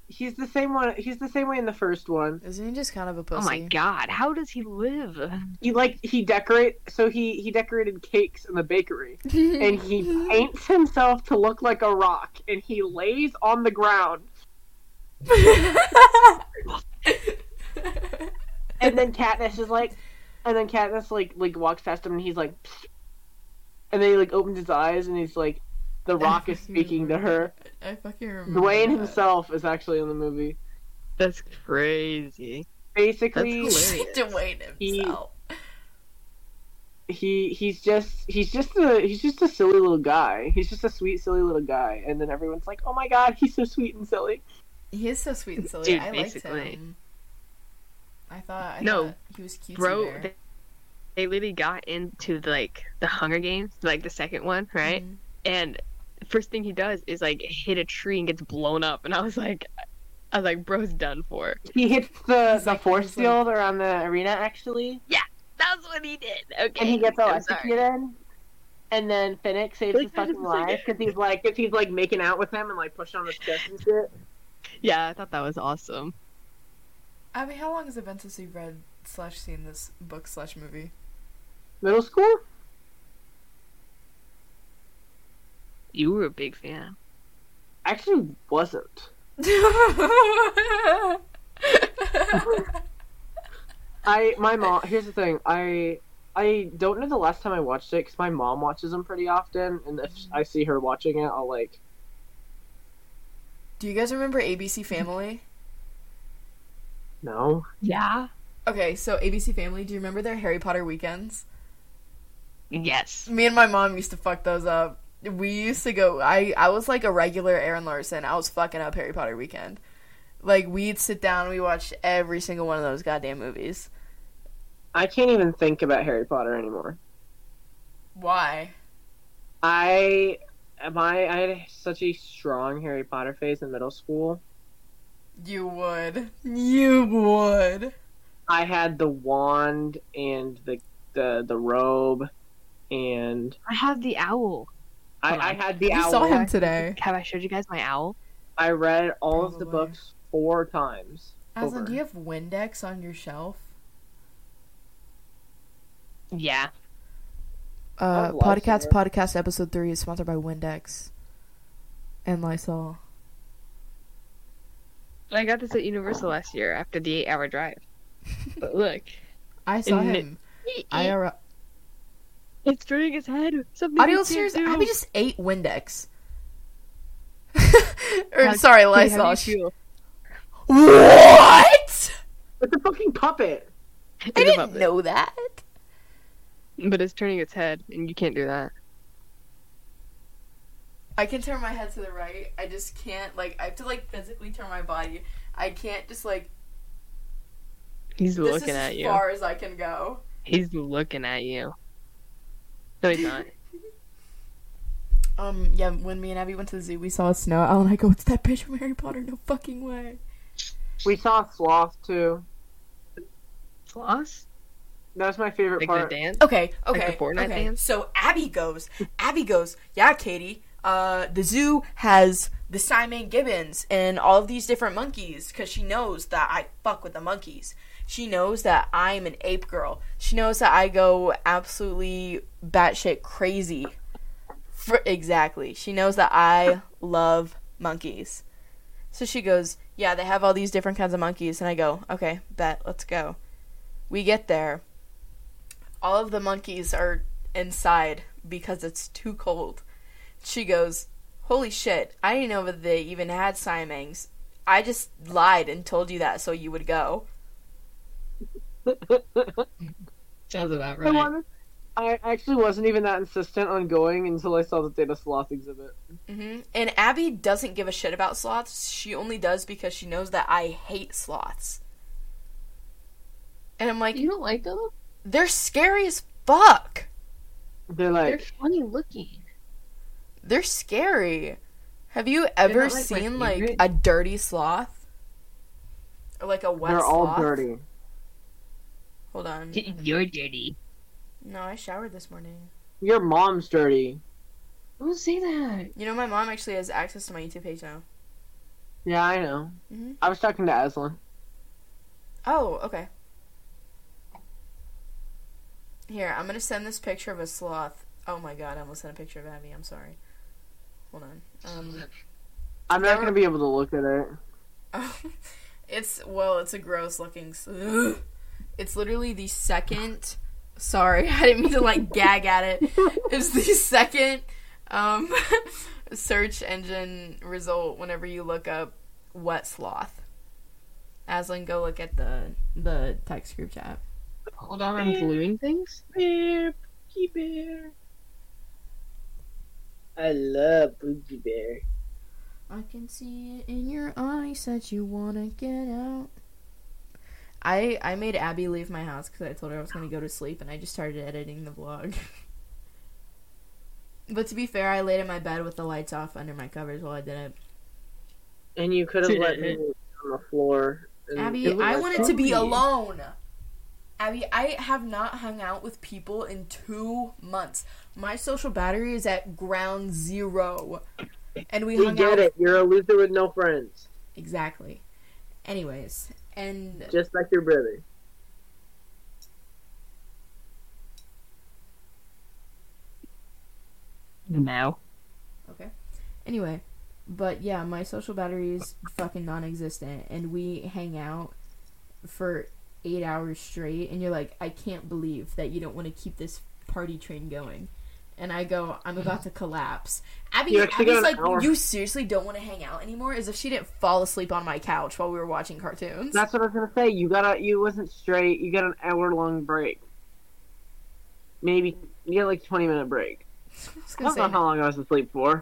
[SPEAKER 5] He's the same one. He's the same way in the first one.
[SPEAKER 1] Isn't he just kind of a pussy?
[SPEAKER 3] Oh my god, how does he live?
[SPEAKER 5] He like he decorate. So he he decorated cakes in the bakery,
[SPEAKER 1] [laughs]
[SPEAKER 5] and he paints himself to look like a rock, and he lays on the ground. And then Katniss is like, and then Katniss like like walks past him, and he's like, "Psst." and then he like opens his eyes, and he's like, the rock is speaking to her.
[SPEAKER 1] I fucking
[SPEAKER 2] Oh
[SPEAKER 1] remember.
[SPEAKER 5] Dwayne
[SPEAKER 1] that.
[SPEAKER 5] himself is actually in the movie.
[SPEAKER 3] That's crazy.
[SPEAKER 5] Basically,
[SPEAKER 3] That's hilarious.
[SPEAKER 1] [laughs] Dwayne
[SPEAKER 5] He-
[SPEAKER 1] himself.
[SPEAKER 5] he he's just he's just a he's just a silly little guy. He's just a sweet silly little guy, and then everyone's like, "Oh my god, he's so sweet and silly."
[SPEAKER 1] He, is so sweet and silly.
[SPEAKER 3] Dude,
[SPEAKER 1] I liked
[SPEAKER 3] basically.
[SPEAKER 1] him. I thought I
[SPEAKER 3] No,
[SPEAKER 1] thought he was cute.
[SPEAKER 3] Bro, they, they literally got into like the Hunger Games, like the second one, right? And first thing he does is like hit a tree and gets blown up, and I was like, I was like, bro's done for.
[SPEAKER 5] He hits the, the
[SPEAKER 2] like-
[SPEAKER 5] force
[SPEAKER 2] he's like-
[SPEAKER 5] field around the arena, actually,
[SPEAKER 3] That's what he did. Okay.
[SPEAKER 5] and he gets
[SPEAKER 3] I'm sorry.
[SPEAKER 5] electrocuted. And then Phoenix saves
[SPEAKER 3] Like,
[SPEAKER 5] his
[SPEAKER 3] I just
[SPEAKER 5] fucking
[SPEAKER 3] was like-
[SPEAKER 5] life because he's like, because he's like making out with him and like pushing on his chest and shit.
[SPEAKER 3] Yeah, I thought that was awesome.
[SPEAKER 2] I mean, how long has it been since you read slash seen this book slash movie?
[SPEAKER 5] Middle school?
[SPEAKER 3] You were a big fan.
[SPEAKER 5] Actually, wasn't.
[SPEAKER 2] [laughs]
[SPEAKER 5] I my mom. Here's the thing. I I don't know the last time I watched it because my mom watches them pretty often, and if I see her watching it, I'll like.
[SPEAKER 2] Do you guys remember ABC Family?
[SPEAKER 5] No.
[SPEAKER 3] Yeah.
[SPEAKER 2] Okay, so ABC Family, do you remember their Harry Potter weekends?
[SPEAKER 3] Yes.
[SPEAKER 2] Me and my mom used to fuck those up. We used to go. I I was like a regular Aaron Larson. I was fucking up Harry Potter weekend. Like we'd sit down, we watched every single one of those goddamn movies.
[SPEAKER 5] I can't even think about Harry Potter anymore.
[SPEAKER 2] Why?
[SPEAKER 5] I my I had such a strong Harry Potter phase in middle school.
[SPEAKER 2] You would. You would.
[SPEAKER 5] I had the wand and the the the robe, and
[SPEAKER 3] I have the owl.
[SPEAKER 5] I,
[SPEAKER 3] Hold on.
[SPEAKER 5] I had the
[SPEAKER 2] You
[SPEAKER 5] owl.
[SPEAKER 2] saw him today.
[SPEAKER 3] Have I showed you guys my owl?
[SPEAKER 5] I read all of the
[SPEAKER 2] Probably.
[SPEAKER 5] books four times.
[SPEAKER 2] Aslan,
[SPEAKER 5] over.
[SPEAKER 2] do you have Windex on your shelf?
[SPEAKER 3] Yeah.
[SPEAKER 2] Uh,
[SPEAKER 5] I've lost
[SPEAKER 2] Podcat's
[SPEAKER 5] it.
[SPEAKER 2] podcast episode three is sponsored by Windex and Lysol.
[SPEAKER 3] I got this at Universal last year after the eight-hour [laughs] drive. But look,
[SPEAKER 2] I saw
[SPEAKER 3] And
[SPEAKER 2] him. I IRL.
[SPEAKER 3] it's turning his head. Something
[SPEAKER 2] Audio
[SPEAKER 3] we
[SPEAKER 2] listeners,
[SPEAKER 3] can't do.
[SPEAKER 2] Abby just ate Windex.
[SPEAKER 3] How-
[SPEAKER 2] [laughs] or, sorry,
[SPEAKER 3] Hey, how do you [laughs]
[SPEAKER 2] Lysol.
[SPEAKER 3] feel?
[SPEAKER 2] [laughs] What?
[SPEAKER 5] It's a fucking puppet.
[SPEAKER 2] I
[SPEAKER 3] It's a
[SPEAKER 2] didn't
[SPEAKER 3] puppet.
[SPEAKER 2] know that.
[SPEAKER 3] But it's turning its head, and you can't do that.
[SPEAKER 2] I can turn my head to the right. I just can't like. I have to like physically turn my body. I can't just like.
[SPEAKER 3] He's
[SPEAKER 2] This
[SPEAKER 3] looking
[SPEAKER 2] is
[SPEAKER 3] at
[SPEAKER 2] as
[SPEAKER 3] you.
[SPEAKER 2] far as I can go.
[SPEAKER 3] He's looking at you. No, he's [gasps] not.
[SPEAKER 2] Um. Yeah. When me and Abby went to the zoo, we saw a snow owl, and I go, "It's that bitch from Harry Potter." No fucking way.
[SPEAKER 5] We saw sloth too.
[SPEAKER 3] Floss?
[SPEAKER 5] That was my favorite
[SPEAKER 3] Like the
[SPEAKER 5] part.
[SPEAKER 3] dance?
[SPEAKER 2] Okay,
[SPEAKER 3] Like the
[SPEAKER 2] okay,
[SPEAKER 3] Fortnite
[SPEAKER 2] okay.
[SPEAKER 3] dance?
[SPEAKER 2] So Abby goes, Abby goes, yeah, Katie. Uh, the zoo has the Simon Gibbons and all of these different monkeys because she knows that I fuck with the monkeys. She knows that I'm an ape girl. She knows that I go absolutely batshit crazy. For, exactly. She knows that I love monkeys. So she goes, yeah, they have all these different kinds of monkeys, and I go, okay, bet, let's go. We get there all of the monkeys are inside because it's too cold. She goes, Holy shit, I didn't know that they even had Simangs. I just lied and told you that so you would go.
[SPEAKER 5] [laughs]
[SPEAKER 3] Sounds about
[SPEAKER 5] I, wanted, I actually wasn't even that insistent on going until I saw the data sloth exhibit.
[SPEAKER 2] hmm And Abby doesn't give a shit about sloths. She only does because she knows that I hate sloths. And I'm like,
[SPEAKER 3] You don't like them?
[SPEAKER 2] they're scary as fuck.
[SPEAKER 5] They're
[SPEAKER 3] They're
[SPEAKER 5] like,
[SPEAKER 3] funny looking.
[SPEAKER 2] They're scary. Have you ever
[SPEAKER 3] not, like, my
[SPEAKER 2] seen like
[SPEAKER 3] favorite.
[SPEAKER 2] a dirty sloth? Or like a wet
[SPEAKER 5] they're, all
[SPEAKER 2] sloth?
[SPEAKER 5] dirty.
[SPEAKER 2] Hold on.
[SPEAKER 3] [laughs] You're dirty.
[SPEAKER 2] No, I showered this morning.
[SPEAKER 5] Your mom's dirty.
[SPEAKER 3] Don't say that.
[SPEAKER 2] You know, my mom actually has access to my YouTube page now.
[SPEAKER 5] Yeah, I know.
[SPEAKER 2] Mhm.
[SPEAKER 5] I was talking to Aslan.
[SPEAKER 2] Oh, okay. Here, I'm gonna send this picture of a sloth. Oh my god, I almost sent a picture of Abby. I'm sorry. Hold on. Um,
[SPEAKER 5] I'm
[SPEAKER 2] They
[SPEAKER 5] not
[SPEAKER 2] were-
[SPEAKER 5] gonna be able to look at it.
[SPEAKER 2] [laughs] it's well, it's a gross looking. s- [gasps] Ugh. It's literally the second. Sorry, [laughs] I didn't mean to like gag at it. It's the second um, [laughs] search engine result whenever you look up wet sloth. Aslan, go look at the the text group chat.
[SPEAKER 3] Hold on, I'm gluing things?
[SPEAKER 7] Bear, Pookie Bear. I love Pookie Bear.
[SPEAKER 2] I can see it in your eyes that you wanna get out. I I made Abby leave my house because I told her I was gonna go to sleep, and I just started editing the vlog. [laughs] but to be fair, I laid in my bed with the lights off under my covers while I did it.
[SPEAKER 5] And you could have let me the floor. and
[SPEAKER 2] Abby,
[SPEAKER 5] it looked
[SPEAKER 2] I
[SPEAKER 5] like
[SPEAKER 2] wanted to be
[SPEAKER 5] Barbie.
[SPEAKER 2] alone. Abby, I have not hung out with people in two months. My social battery is at ground zero. And we,
[SPEAKER 5] We
[SPEAKER 2] hung
[SPEAKER 5] get
[SPEAKER 2] out
[SPEAKER 5] it. You're a loser with no friends,
[SPEAKER 2] exactly. Anyways, and
[SPEAKER 5] just like your brother.
[SPEAKER 3] Now.
[SPEAKER 2] okay. Anyway, but yeah, my social battery is fucking non-existent and we hang out for 8 hours straight and you're like, "I can't believe that you don't want to keep this party train going." And I go, "I'm about to collapse." Abby
[SPEAKER 5] You actually
[SPEAKER 2] Abby's
[SPEAKER 5] got an
[SPEAKER 2] like,
[SPEAKER 5] hour.
[SPEAKER 2] "You seriously don't want to hang out anymore?" As if she didn't fall asleep on my couch while we were watching cartoons.
[SPEAKER 5] That's what I was gonna say. You got a, you wasn't straight. You got an hour long break. Maybe you got like twenty minute break.
[SPEAKER 2] I was
[SPEAKER 5] I
[SPEAKER 2] gonna
[SPEAKER 5] don't
[SPEAKER 2] say,
[SPEAKER 5] know how long I was asleep for.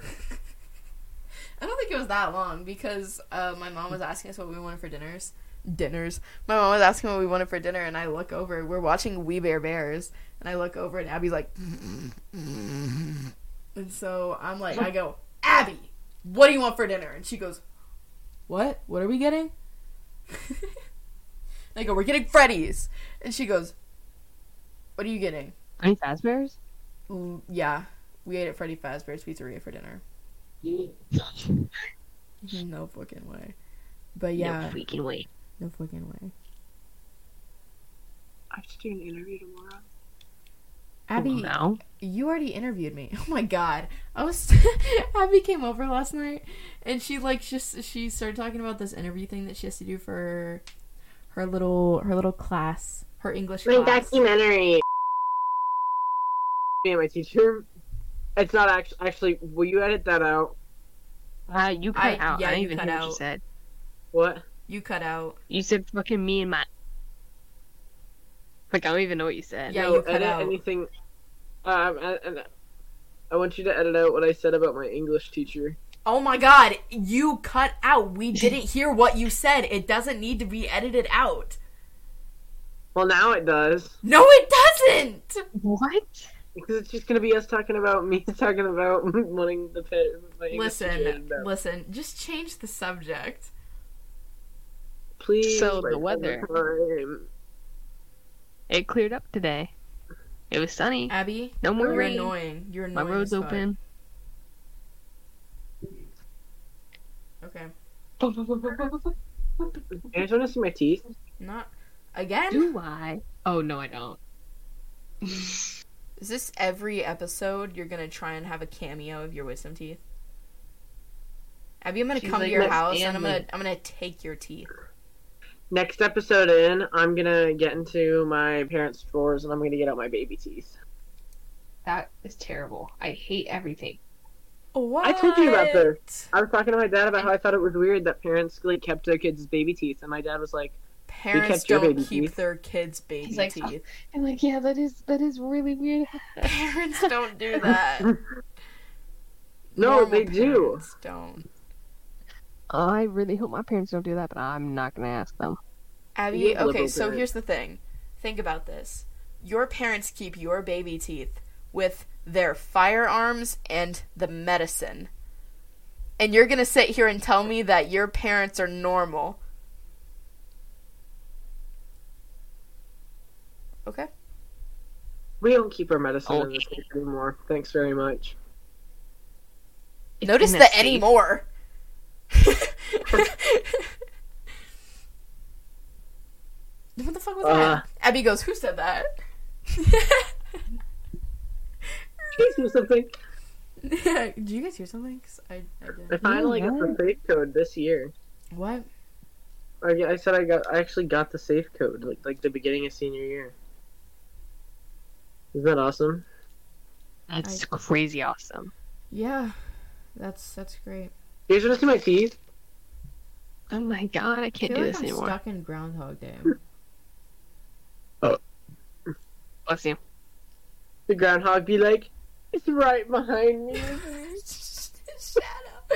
[SPEAKER 2] I don't think it was that long because uh, my mom was asking us what we wanted for dinners. Dinners. My mom was asking what we wanted for dinner, and I look over. We're watching We Bear Bears, and I look over, and Abby's like, [laughs] and so I'm like, I go, Abby, what do you want for dinner? And she goes, What? What are we [laughs] getting? and I go, We're getting Freddy's, and she goes, What are you getting?
[SPEAKER 3] Any Fazbear's?
[SPEAKER 2] Mm, yeah, we ate at Freddy Fazbear's Pizzeria for dinner. No fucking way. But yeah,
[SPEAKER 8] No freaking way.
[SPEAKER 2] no, fucking way.
[SPEAKER 5] I have to do an interview tomorrow.
[SPEAKER 2] Abby,
[SPEAKER 3] Now.
[SPEAKER 2] you already interviewed me. [laughs] Oh my god. I was [laughs] Abby came over last night and she like just she started talking about this interview thing that she has to do for her, her little her little class, her English class.
[SPEAKER 5] documentary. Me and my teacher. It's not actually. Actually, will you edit that out?
[SPEAKER 3] Uh, you cut
[SPEAKER 2] I-
[SPEAKER 3] out.
[SPEAKER 2] yeah,
[SPEAKER 3] I didn't
[SPEAKER 2] you
[SPEAKER 3] even
[SPEAKER 2] cut
[SPEAKER 3] hear what you
[SPEAKER 2] out.
[SPEAKER 3] said.
[SPEAKER 5] What?
[SPEAKER 2] You cut out.
[SPEAKER 3] You said fucking me and my. Like I don't even know what you said.
[SPEAKER 2] Yeah,
[SPEAKER 5] no,
[SPEAKER 2] you cut
[SPEAKER 5] edit
[SPEAKER 2] out.
[SPEAKER 5] anything. Um, I, I- I want you to edit out what I said about my English teacher.
[SPEAKER 2] Oh my god, you cut out. We didn't hear what you said. It doesn't need to be edited out.
[SPEAKER 5] Well, now it does
[SPEAKER 2] No, it doesn't.
[SPEAKER 3] What?
[SPEAKER 5] because it's just gonna be us talking about [laughs] me talking about wanting the pet. My English teacher
[SPEAKER 2] Listen,
[SPEAKER 5] edited out.
[SPEAKER 2] listen. Just change the subject.
[SPEAKER 5] please.
[SPEAKER 3] So, the
[SPEAKER 5] like, one
[SPEAKER 3] weather.
[SPEAKER 5] time.
[SPEAKER 3] It cleared up today. It was sunny.
[SPEAKER 2] Abby,
[SPEAKER 3] No more
[SPEAKER 2] you're
[SPEAKER 3] rain.
[SPEAKER 2] annoying. You're
[SPEAKER 3] My
[SPEAKER 2] annoying.
[SPEAKER 3] road's
[SPEAKER 2] as fuck.
[SPEAKER 3] open. [laughs]
[SPEAKER 2] Okay.
[SPEAKER 5] I just want to see my teeth.
[SPEAKER 2] Not again.
[SPEAKER 3] Do I? Oh no, I don't.
[SPEAKER 2] Is this every episode you're gonna try and have a cameo of your wisdom teeth? Abby, I'm gonna
[SPEAKER 3] She's
[SPEAKER 2] come
[SPEAKER 3] like
[SPEAKER 2] to your
[SPEAKER 3] my
[SPEAKER 2] house and I'm gonna
[SPEAKER 3] family.
[SPEAKER 2] I'm gonna take your teeth.
[SPEAKER 5] Next episode in, I'm gonna get into my parents' drawers and I'm gonna get out my baby teeth.
[SPEAKER 3] That is terrible. I hate everything.
[SPEAKER 2] What?
[SPEAKER 5] told you about this. I was talking to my dad about how I thought it was weird that parents like kept their kids' baby teeth, and my dad was like,
[SPEAKER 2] Parents
[SPEAKER 5] kept your
[SPEAKER 2] don't
[SPEAKER 5] baby
[SPEAKER 2] keep
[SPEAKER 5] teeth.
[SPEAKER 2] their kids' baby
[SPEAKER 3] He's like, "Oh,
[SPEAKER 2] teeth.
[SPEAKER 3] I'm like, yeah, that is that is really weird.
[SPEAKER 2] Parents don't do
[SPEAKER 5] [laughs]
[SPEAKER 2] that.
[SPEAKER 5] No,
[SPEAKER 2] Normal
[SPEAKER 5] they do.
[SPEAKER 2] parents Don't.
[SPEAKER 3] I really hope my parents don't do that, but I'm not gonna ask them.
[SPEAKER 2] Abby,
[SPEAKER 5] You have
[SPEAKER 2] okay,
[SPEAKER 5] liberal
[SPEAKER 2] so
[SPEAKER 5] parents.
[SPEAKER 2] here's the thing. Think about this. Your parents keep your baby teeth with their firearms and the medicine. And you're going to sit here and tell me that your parents are normal. Okay.
[SPEAKER 5] "We don't keep our medicine in
[SPEAKER 3] Okay.
[SPEAKER 5] this country anymore. Thanks very much."
[SPEAKER 2] Notice
[SPEAKER 3] in a
[SPEAKER 2] the
[SPEAKER 3] safe.
[SPEAKER 5] [laughs]
[SPEAKER 2] anymore. [laughs] what the fuck was
[SPEAKER 5] [laughs] Uh.
[SPEAKER 2] that? Abby goes, Who said that?
[SPEAKER 5] Can you do something?
[SPEAKER 2] [laughs] Did you guys hear something? 'Cause I, I
[SPEAKER 5] I
[SPEAKER 2] did.
[SPEAKER 5] finally got the
[SPEAKER 3] what?
[SPEAKER 5] safe code this year.
[SPEAKER 2] What?
[SPEAKER 5] I, I said I got. I actually got the safe code like like the beginning of senior year. Isn't that awesome?
[SPEAKER 3] That's crazy awesome.
[SPEAKER 2] Yeah, that's that's great.
[SPEAKER 5] You guys want to see my teeth?
[SPEAKER 3] Oh my god, I can't do
[SPEAKER 2] I feel like
[SPEAKER 3] this
[SPEAKER 2] I'm
[SPEAKER 3] anymore.
[SPEAKER 2] stuck in Groundhog Day.
[SPEAKER 3] Bless you.
[SPEAKER 5] The groundhog be like, "It's right behind me."
[SPEAKER 2] Shut up!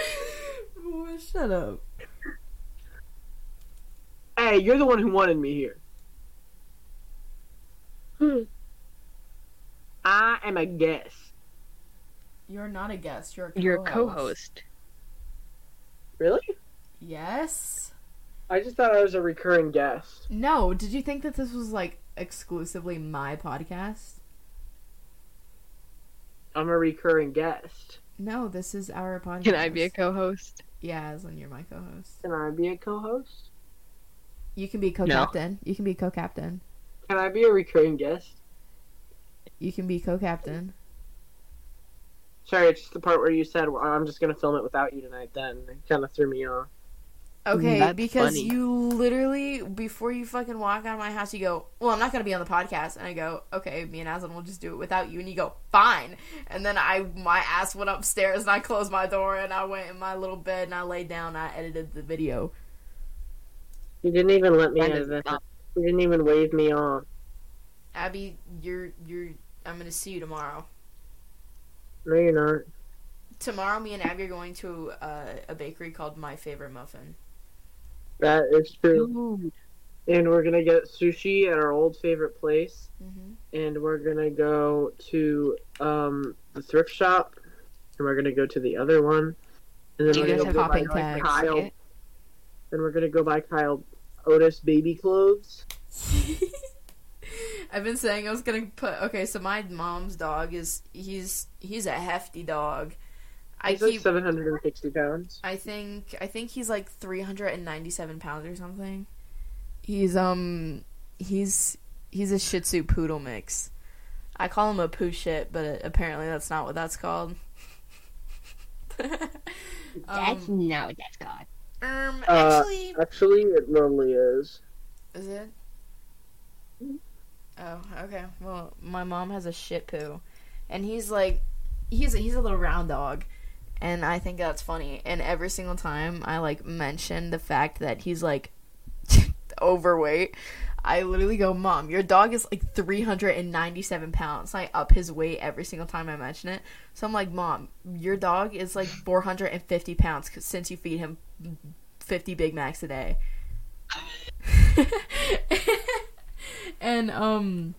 [SPEAKER 2] Boy, Shut up!
[SPEAKER 5] hey, you're the one who wanted me here. Hmm. I am a guest.
[SPEAKER 2] You're not a guest. You're a co-host.
[SPEAKER 3] Your co-host.
[SPEAKER 5] Really?
[SPEAKER 2] Yes.
[SPEAKER 5] I just thought I was a recurring guest.
[SPEAKER 2] No, did you think that this was like exclusively my podcast?
[SPEAKER 5] I'm a recurring guest.
[SPEAKER 2] No, this is our podcast.
[SPEAKER 3] Can I be a co-host?
[SPEAKER 2] Yeah, Aslan, you're my co-host.
[SPEAKER 5] Can I be a co-host?
[SPEAKER 2] You can be co-captain. You can be co-captain.
[SPEAKER 5] Can I be a recurring guest?
[SPEAKER 2] You can be co-captain.
[SPEAKER 5] Sorry, it's just the part where you said well, I'm just gonna film it without you tonight. Then it kind of threw me off.
[SPEAKER 2] Okay,
[SPEAKER 3] that's
[SPEAKER 2] because
[SPEAKER 3] funny.
[SPEAKER 2] you literally before you fucking walk out of my house, you go, "Well, I'm not gonna be on the podcast," and I go, "Okay, me and Aslan will just do it without you," and you go, "Fine." And then I, my ass went upstairs and I closed my door and I went in my little bed and I laid down. and I edited the video.
[SPEAKER 5] You didn't even let me
[SPEAKER 3] That
[SPEAKER 5] out
[SPEAKER 3] is
[SPEAKER 5] of it.
[SPEAKER 3] not-
[SPEAKER 5] You didn't even wave me on.
[SPEAKER 2] Abby, you're, you're. I'm gonna see you tomorrow.
[SPEAKER 5] No, you're not.
[SPEAKER 2] Tomorrow, me and Abby are going to uh, a bakery called My Favorite Muffin.
[SPEAKER 5] That is true.
[SPEAKER 3] Ooh,
[SPEAKER 5] And we're gonna get sushi at our old favorite place.
[SPEAKER 2] Mm-hmm.
[SPEAKER 5] And we're gonna go to um the thrift shop. And we're gonna go to the other one. And then
[SPEAKER 2] Do you
[SPEAKER 5] we're
[SPEAKER 2] guys
[SPEAKER 5] gonna
[SPEAKER 2] have
[SPEAKER 5] go
[SPEAKER 2] popping
[SPEAKER 5] buy
[SPEAKER 2] tags?
[SPEAKER 5] Kyle. Then we're gonna go buy Kyle Otis baby clothes.
[SPEAKER 2] [laughs] I've been saying I was gonna put okay, so my mom's dog is he's he's a hefty dog. I
[SPEAKER 5] He's like
[SPEAKER 2] keep
[SPEAKER 5] 760 pounds.
[SPEAKER 2] I think I think he's like three hundred and ninety seven pounds or something. He's um he's he's a shih tzu poodle mix. I call him a poo shit, but apparently that's not what that's called. [laughs]
[SPEAKER 9] That's
[SPEAKER 2] um,
[SPEAKER 9] no, that's God.
[SPEAKER 2] um,
[SPEAKER 5] Uh,
[SPEAKER 2] actually
[SPEAKER 5] Actually, it normally is.
[SPEAKER 2] Is it? Oh, okay. Well, my mom has a shit poo, and he's like, he's a, he's a little round dog, and I think that's funny. And every single time I like mention the fact that he's like [laughs] overweight, I literally go, "Mom, your dog is like 397 pounds." I up his weight every single time I mention it. So I'm like, "Mom, your dog is like 450 pounds 'cause- since you feed him 50 Big Macs a day." [laughs] and um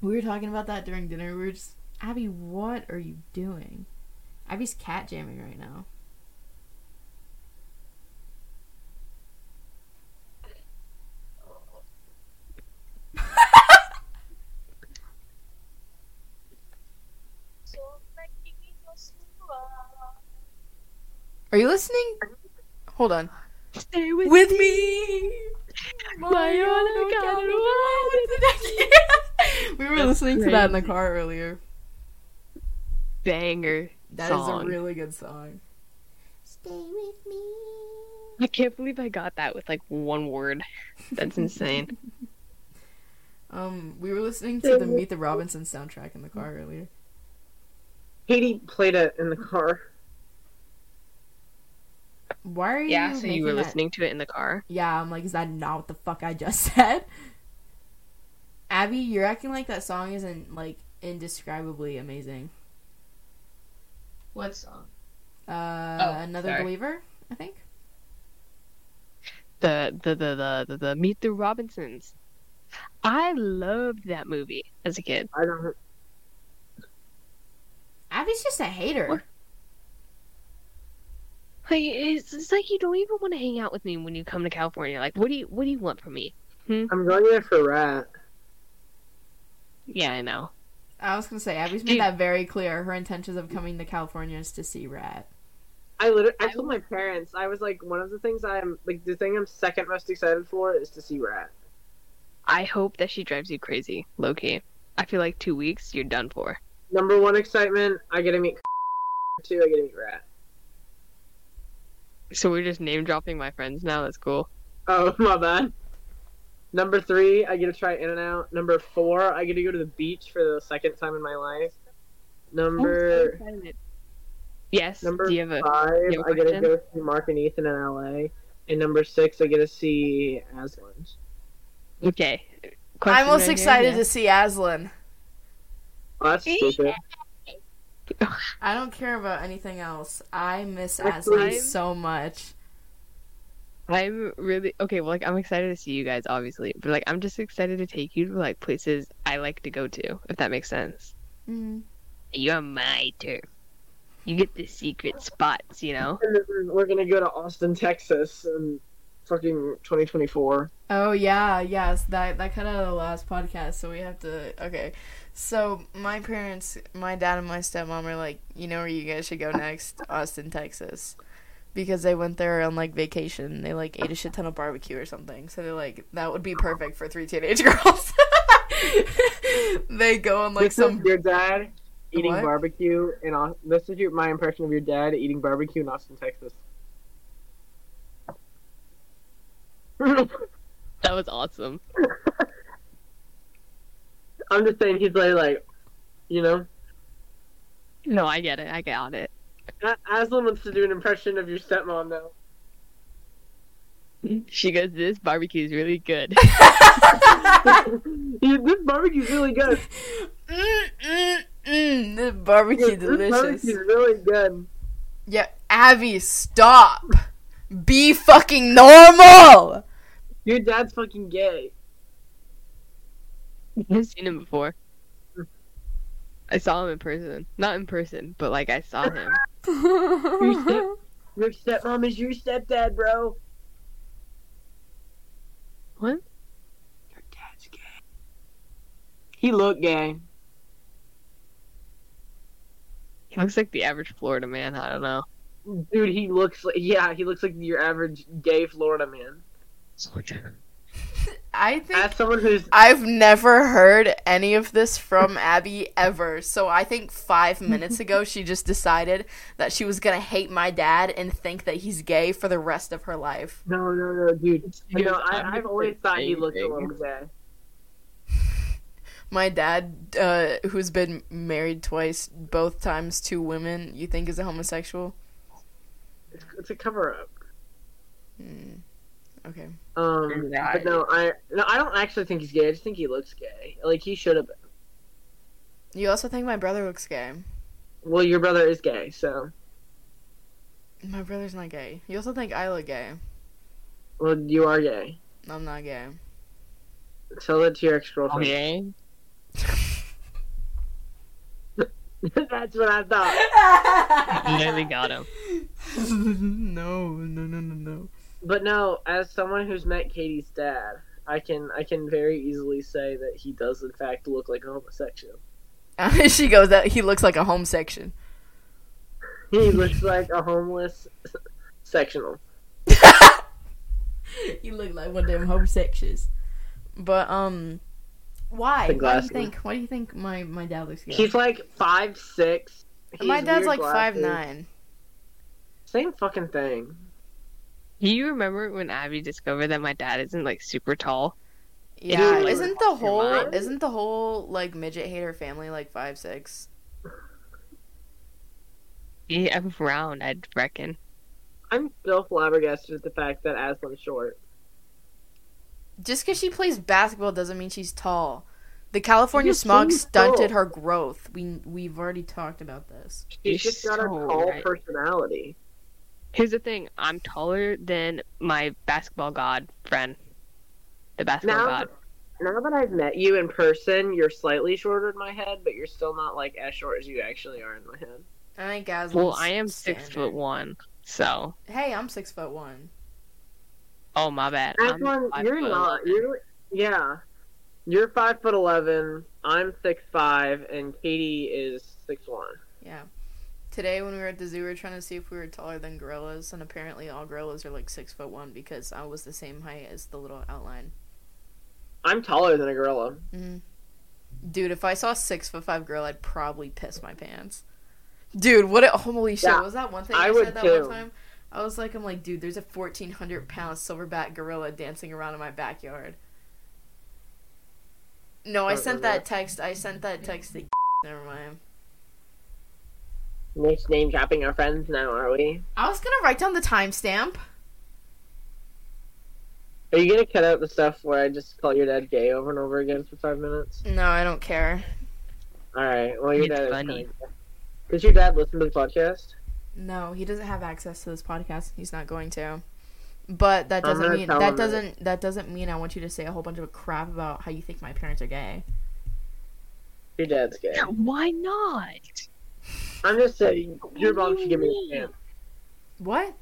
[SPEAKER 2] we were talking about that during dinner. We were just Abby, what are you doing? Abby's cat jamming right now. [laughs] Are you listening? Hold on.
[SPEAKER 3] stay with,
[SPEAKER 2] With me.
[SPEAKER 3] My own account.
[SPEAKER 2] [laughs] we were listening to that in the car earlier.
[SPEAKER 3] banger
[SPEAKER 2] That is
[SPEAKER 3] song.
[SPEAKER 2] a really good song.
[SPEAKER 3] I can't believe I got that with like one word.
[SPEAKER 2] [laughs]
[SPEAKER 3] That's insane.
[SPEAKER 2] Um, we were listening to the Meet the Robinsons soundtrack in the car earlier.
[SPEAKER 5] Katie played it in the car.
[SPEAKER 2] Why are you?
[SPEAKER 3] Yeah, so you
[SPEAKER 2] making
[SPEAKER 3] were
[SPEAKER 2] that-
[SPEAKER 3] listening to it in the car.
[SPEAKER 2] Yeah, I'm like, is that not what the fuck I just [laughs] said? Abby, you're acting like that song isn't like indescribably amazing.
[SPEAKER 10] What song?
[SPEAKER 2] Uh,
[SPEAKER 3] Oh,
[SPEAKER 2] another
[SPEAKER 3] sorry.
[SPEAKER 2] believer, I think.
[SPEAKER 3] The the the the the, the Meet the Robinsons. I loved that movie as a kid.
[SPEAKER 5] I don't.
[SPEAKER 2] Abby's just a hater.
[SPEAKER 3] What? Like it's, it's like you don't even want to hang out with me when you come to California. Like, what do you what do you want from me?
[SPEAKER 5] I'm going there for rat.
[SPEAKER 3] Yeah, I know.
[SPEAKER 2] I was gonna say Abby's made
[SPEAKER 3] Dude.
[SPEAKER 2] that very clear. Her intentions of coming to California is to see Rat.
[SPEAKER 5] I literally, I told my parents, I was like, one of the things I'm like, the thing I'm second most excited for is to see rat.
[SPEAKER 3] I hope that she drives you crazy, Loki. I feel like two weeks, you're done for.
[SPEAKER 5] Number one excitement, I get to meet. [laughs] Two, I get to meet rat.
[SPEAKER 3] So we're just name dropping my friends now. That's cool.
[SPEAKER 5] Oh [laughs] my bad. Number three, I get to try In and Out. Number four, I get to go to the beach for the second time in my life. Number
[SPEAKER 3] Yes.
[SPEAKER 5] Number
[SPEAKER 3] do you have a?
[SPEAKER 5] five,
[SPEAKER 3] Yeah,
[SPEAKER 5] I get to
[SPEAKER 3] Washington.
[SPEAKER 5] go see Mark and Ethan in L.A. And number six, I get to see Aslan.
[SPEAKER 3] Okay.
[SPEAKER 2] I'm most excited to see Aslan.
[SPEAKER 5] Oh, that's stupid.
[SPEAKER 2] I don't care about anything else. I miss
[SPEAKER 5] Actually-
[SPEAKER 2] Aslan so much.
[SPEAKER 3] I'm really okay. Well, like I'm excited to see you guys, obviously, but like I'm just excited to take you to like places I like to go to, if that makes sense.
[SPEAKER 2] Mm.
[SPEAKER 3] You're my turf. You get the secret spots, you know.
[SPEAKER 5] And then we're gonna go to Austin, Texas, and fucking 2024.
[SPEAKER 2] Oh yeah, yes. That that cut out of the last podcast, so we have to okay. So my parents my dad and my stepmom are like, you know where you guys should go next? Austin, Texas. Because they went there on like vacation. They like ate a shit ton of barbecue or something. So they're like, that would be perfect for three teenage [laughs] girls. they go on like
[SPEAKER 5] this is
[SPEAKER 2] some
[SPEAKER 5] your dad eating
[SPEAKER 2] What?
[SPEAKER 5] barbecue in Aus- this is your, my impression of your dad eating barbecue in Austin, Texas. [laughs] I'm
[SPEAKER 3] [laughs] That was awesome.
[SPEAKER 5] just saying he's like, like you know,
[SPEAKER 3] No, I get it. I got it.
[SPEAKER 5] A- Aslan wants to do an impression of your stepmom
[SPEAKER 2] [laughs]
[SPEAKER 5] [laughs] now.
[SPEAKER 3] She goes, "This barbecue is really good." [laughs]
[SPEAKER 5] Dude, this barbecue's really good.
[SPEAKER 2] mm, mm, mm, this barbecue
[SPEAKER 5] Dude, This
[SPEAKER 2] delicious.
[SPEAKER 5] barbecue's really good.
[SPEAKER 2] Yeah, Abby, stop. Be fucking normal.
[SPEAKER 5] Your dad's fucking gay.
[SPEAKER 3] I've seen him before. I saw him in person. Not in person, but like I saw him.
[SPEAKER 5] Your stepmom is your stepdad, bro.
[SPEAKER 3] What?
[SPEAKER 5] Your dad's gay. He looked gay.
[SPEAKER 3] He looks like the average Florida man. I don't know.
[SPEAKER 5] Dude, he looks like yeah, he looks like your average gay Florida man.
[SPEAKER 2] I think
[SPEAKER 5] As someone who's
[SPEAKER 2] I've never heard any of this from Abby ever. So I think five minutes ago she just decided that she was gonna hate my dad and think that he's gay for the rest of her life.
[SPEAKER 5] no, no, no, dude.
[SPEAKER 3] He
[SPEAKER 5] No,
[SPEAKER 3] goes, "I'm
[SPEAKER 5] I, I've
[SPEAKER 3] just
[SPEAKER 5] always thought he
[SPEAKER 3] saying
[SPEAKER 5] looked a
[SPEAKER 3] things."
[SPEAKER 5] little gay.
[SPEAKER 2] My dad, uh, who's been married twice, both times to women, you think is a homosexual?
[SPEAKER 5] It's, it's a cover up.
[SPEAKER 2] Hmm. Okay.
[SPEAKER 5] Um, but no, I no, I don't actually think he's gay. I just think he looks gay. Like he should have.
[SPEAKER 2] You also think my brother looks gay?
[SPEAKER 5] Well, your brother is gay, so
[SPEAKER 2] My brother's not gay. You also think I look gay?
[SPEAKER 5] well, you are gay.
[SPEAKER 2] I'm not gay. [laughs]
[SPEAKER 5] Tell that to your ex girlfriend.
[SPEAKER 3] Okay.
[SPEAKER 5] [laughs] That's what I thought.
[SPEAKER 3] [laughs] Nearly got him.
[SPEAKER 2] no, no, no, no, no.
[SPEAKER 5] But no, as someone who's met Katie's dad, I can I can very easily say that he does in fact look like a homosexual.
[SPEAKER 2] she goes that he looks like a home section.
[SPEAKER 3] [laughs]
[SPEAKER 5] He looks like a homeless sectional.
[SPEAKER 2] [laughs] You look like one of them homosexuals. But um,
[SPEAKER 5] The
[SPEAKER 2] why? Why do you
[SPEAKER 5] glasses.
[SPEAKER 2] think? Why do you think my my dad looks gay?
[SPEAKER 5] He's like five six.
[SPEAKER 2] my dad's like five nine.
[SPEAKER 5] Same fucking thing.
[SPEAKER 3] Do you remember when Abby discovered that my dad isn't like super tall?
[SPEAKER 2] Yeah,
[SPEAKER 5] like,
[SPEAKER 2] isn't the whole
[SPEAKER 3] mind?
[SPEAKER 2] isn't the whole like midget hater family like five six?
[SPEAKER 3] Yeah, I'm round, I reckon.
[SPEAKER 5] I'm still flabbergasted at the fact that Aslan's short.
[SPEAKER 2] Just because she plays basketball doesn't mean she's tall. The California
[SPEAKER 5] She's
[SPEAKER 2] smog
[SPEAKER 5] so
[SPEAKER 2] stunted
[SPEAKER 5] tall.
[SPEAKER 2] her growth. We we've already talked about this.
[SPEAKER 5] She's
[SPEAKER 3] You're
[SPEAKER 5] just got a
[SPEAKER 3] so
[SPEAKER 5] tall
[SPEAKER 3] right.
[SPEAKER 5] personality.
[SPEAKER 3] Here's the thing: I'm taller than my basketball god friend, the basketball
[SPEAKER 5] Now,
[SPEAKER 3] god.
[SPEAKER 5] now that I've met you in person, you're slightly shorter in my head, but you're still not like as short as you actually are in my head.
[SPEAKER 2] I think Aslan's
[SPEAKER 3] Well, I am six
[SPEAKER 2] standard.
[SPEAKER 3] foot one, so
[SPEAKER 2] Hey, I'm six foot one.
[SPEAKER 3] oh my bad. I'm
[SPEAKER 5] Aslan,
[SPEAKER 3] five
[SPEAKER 5] you're
[SPEAKER 3] foot
[SPEAKER 5] not.
[SPEAKER 3] eleven.
[SPEAKER 5] You're yeah. You're five foot eleven. I'm six five, and Katie is six one.
[SPEAKER 2] Yeah. Today when we were at the zoo, we were trying to see if we were taller than gorillas, and apparently all gorillas are like six foot one because I was the same height as the little outline.
[SPEAKER 5] I'm taller than a gorilla.
[SPEAKER 2] Mm. Dude, if I saw a six foot five girl, I'd probably piss my pants. Dude, what? A, holy shit!
[SPEAKER 5] Yeah,
[SPEAKER 2] was that one thing
[SPEAKER 5] I
[SPEAKER 2] I,
[SPEAKER 5] would
[SPEAKER 2] said that
[SPEAKER 5] too.
[SPEAKER 2] one time? I was like, I'm like, dude, there's a 1,400 pound silverback gorilla dancing around in my backyard. No, I
[SPEAKER 5] Don't
[SPEAKER 2] sent
[SPEAKER 5] remember
[SPEAKER 2] that text. I sent that text to. [laughs] Never mind.
[SPEAKER 5] We're just name dropping our friends now, are we?
[SPEAKER 2] I was gonna write down the timestamp.
[SPEAKER 5] Are you gonna cut out the stuff where I just call your dad gay over and over again for five minutes?
[SPEAKER 2] No, I don't care.
[SPEAKER 5] All right. Well, your
[SPEAKER 3] It's
[SPEAKER 5] dad
[SPEAKER 3] funny.
[SPEAKER 5] is funny. Does your dad listen to the podcast?
[SPEAKER 2] No, he doesn't have access to this podcast. He's not going to. But that
[SPEAKER 5] I'm
[SPEAKER 2] doesn't
[SPEAKER 5] gonna
[SPEAKER 2] mean
[SPEAKER 5] tell him
[SPEAKER 2] that
[SPEAKER 5] it.
[SPEAKER 2] doesn't that doesn't mean I want you to say a whole bunch of crap about how you think my parents are gay.
[SPEAKER 5] Your dad's gay.
[SPEAKER 3] [laughs] Why not?
[SPEAKER 5] I'm just saying, your mom should give me a
[SPEAKER 3] What do you
[SPEAKER 5] chance.
[SPEAKER 2] What?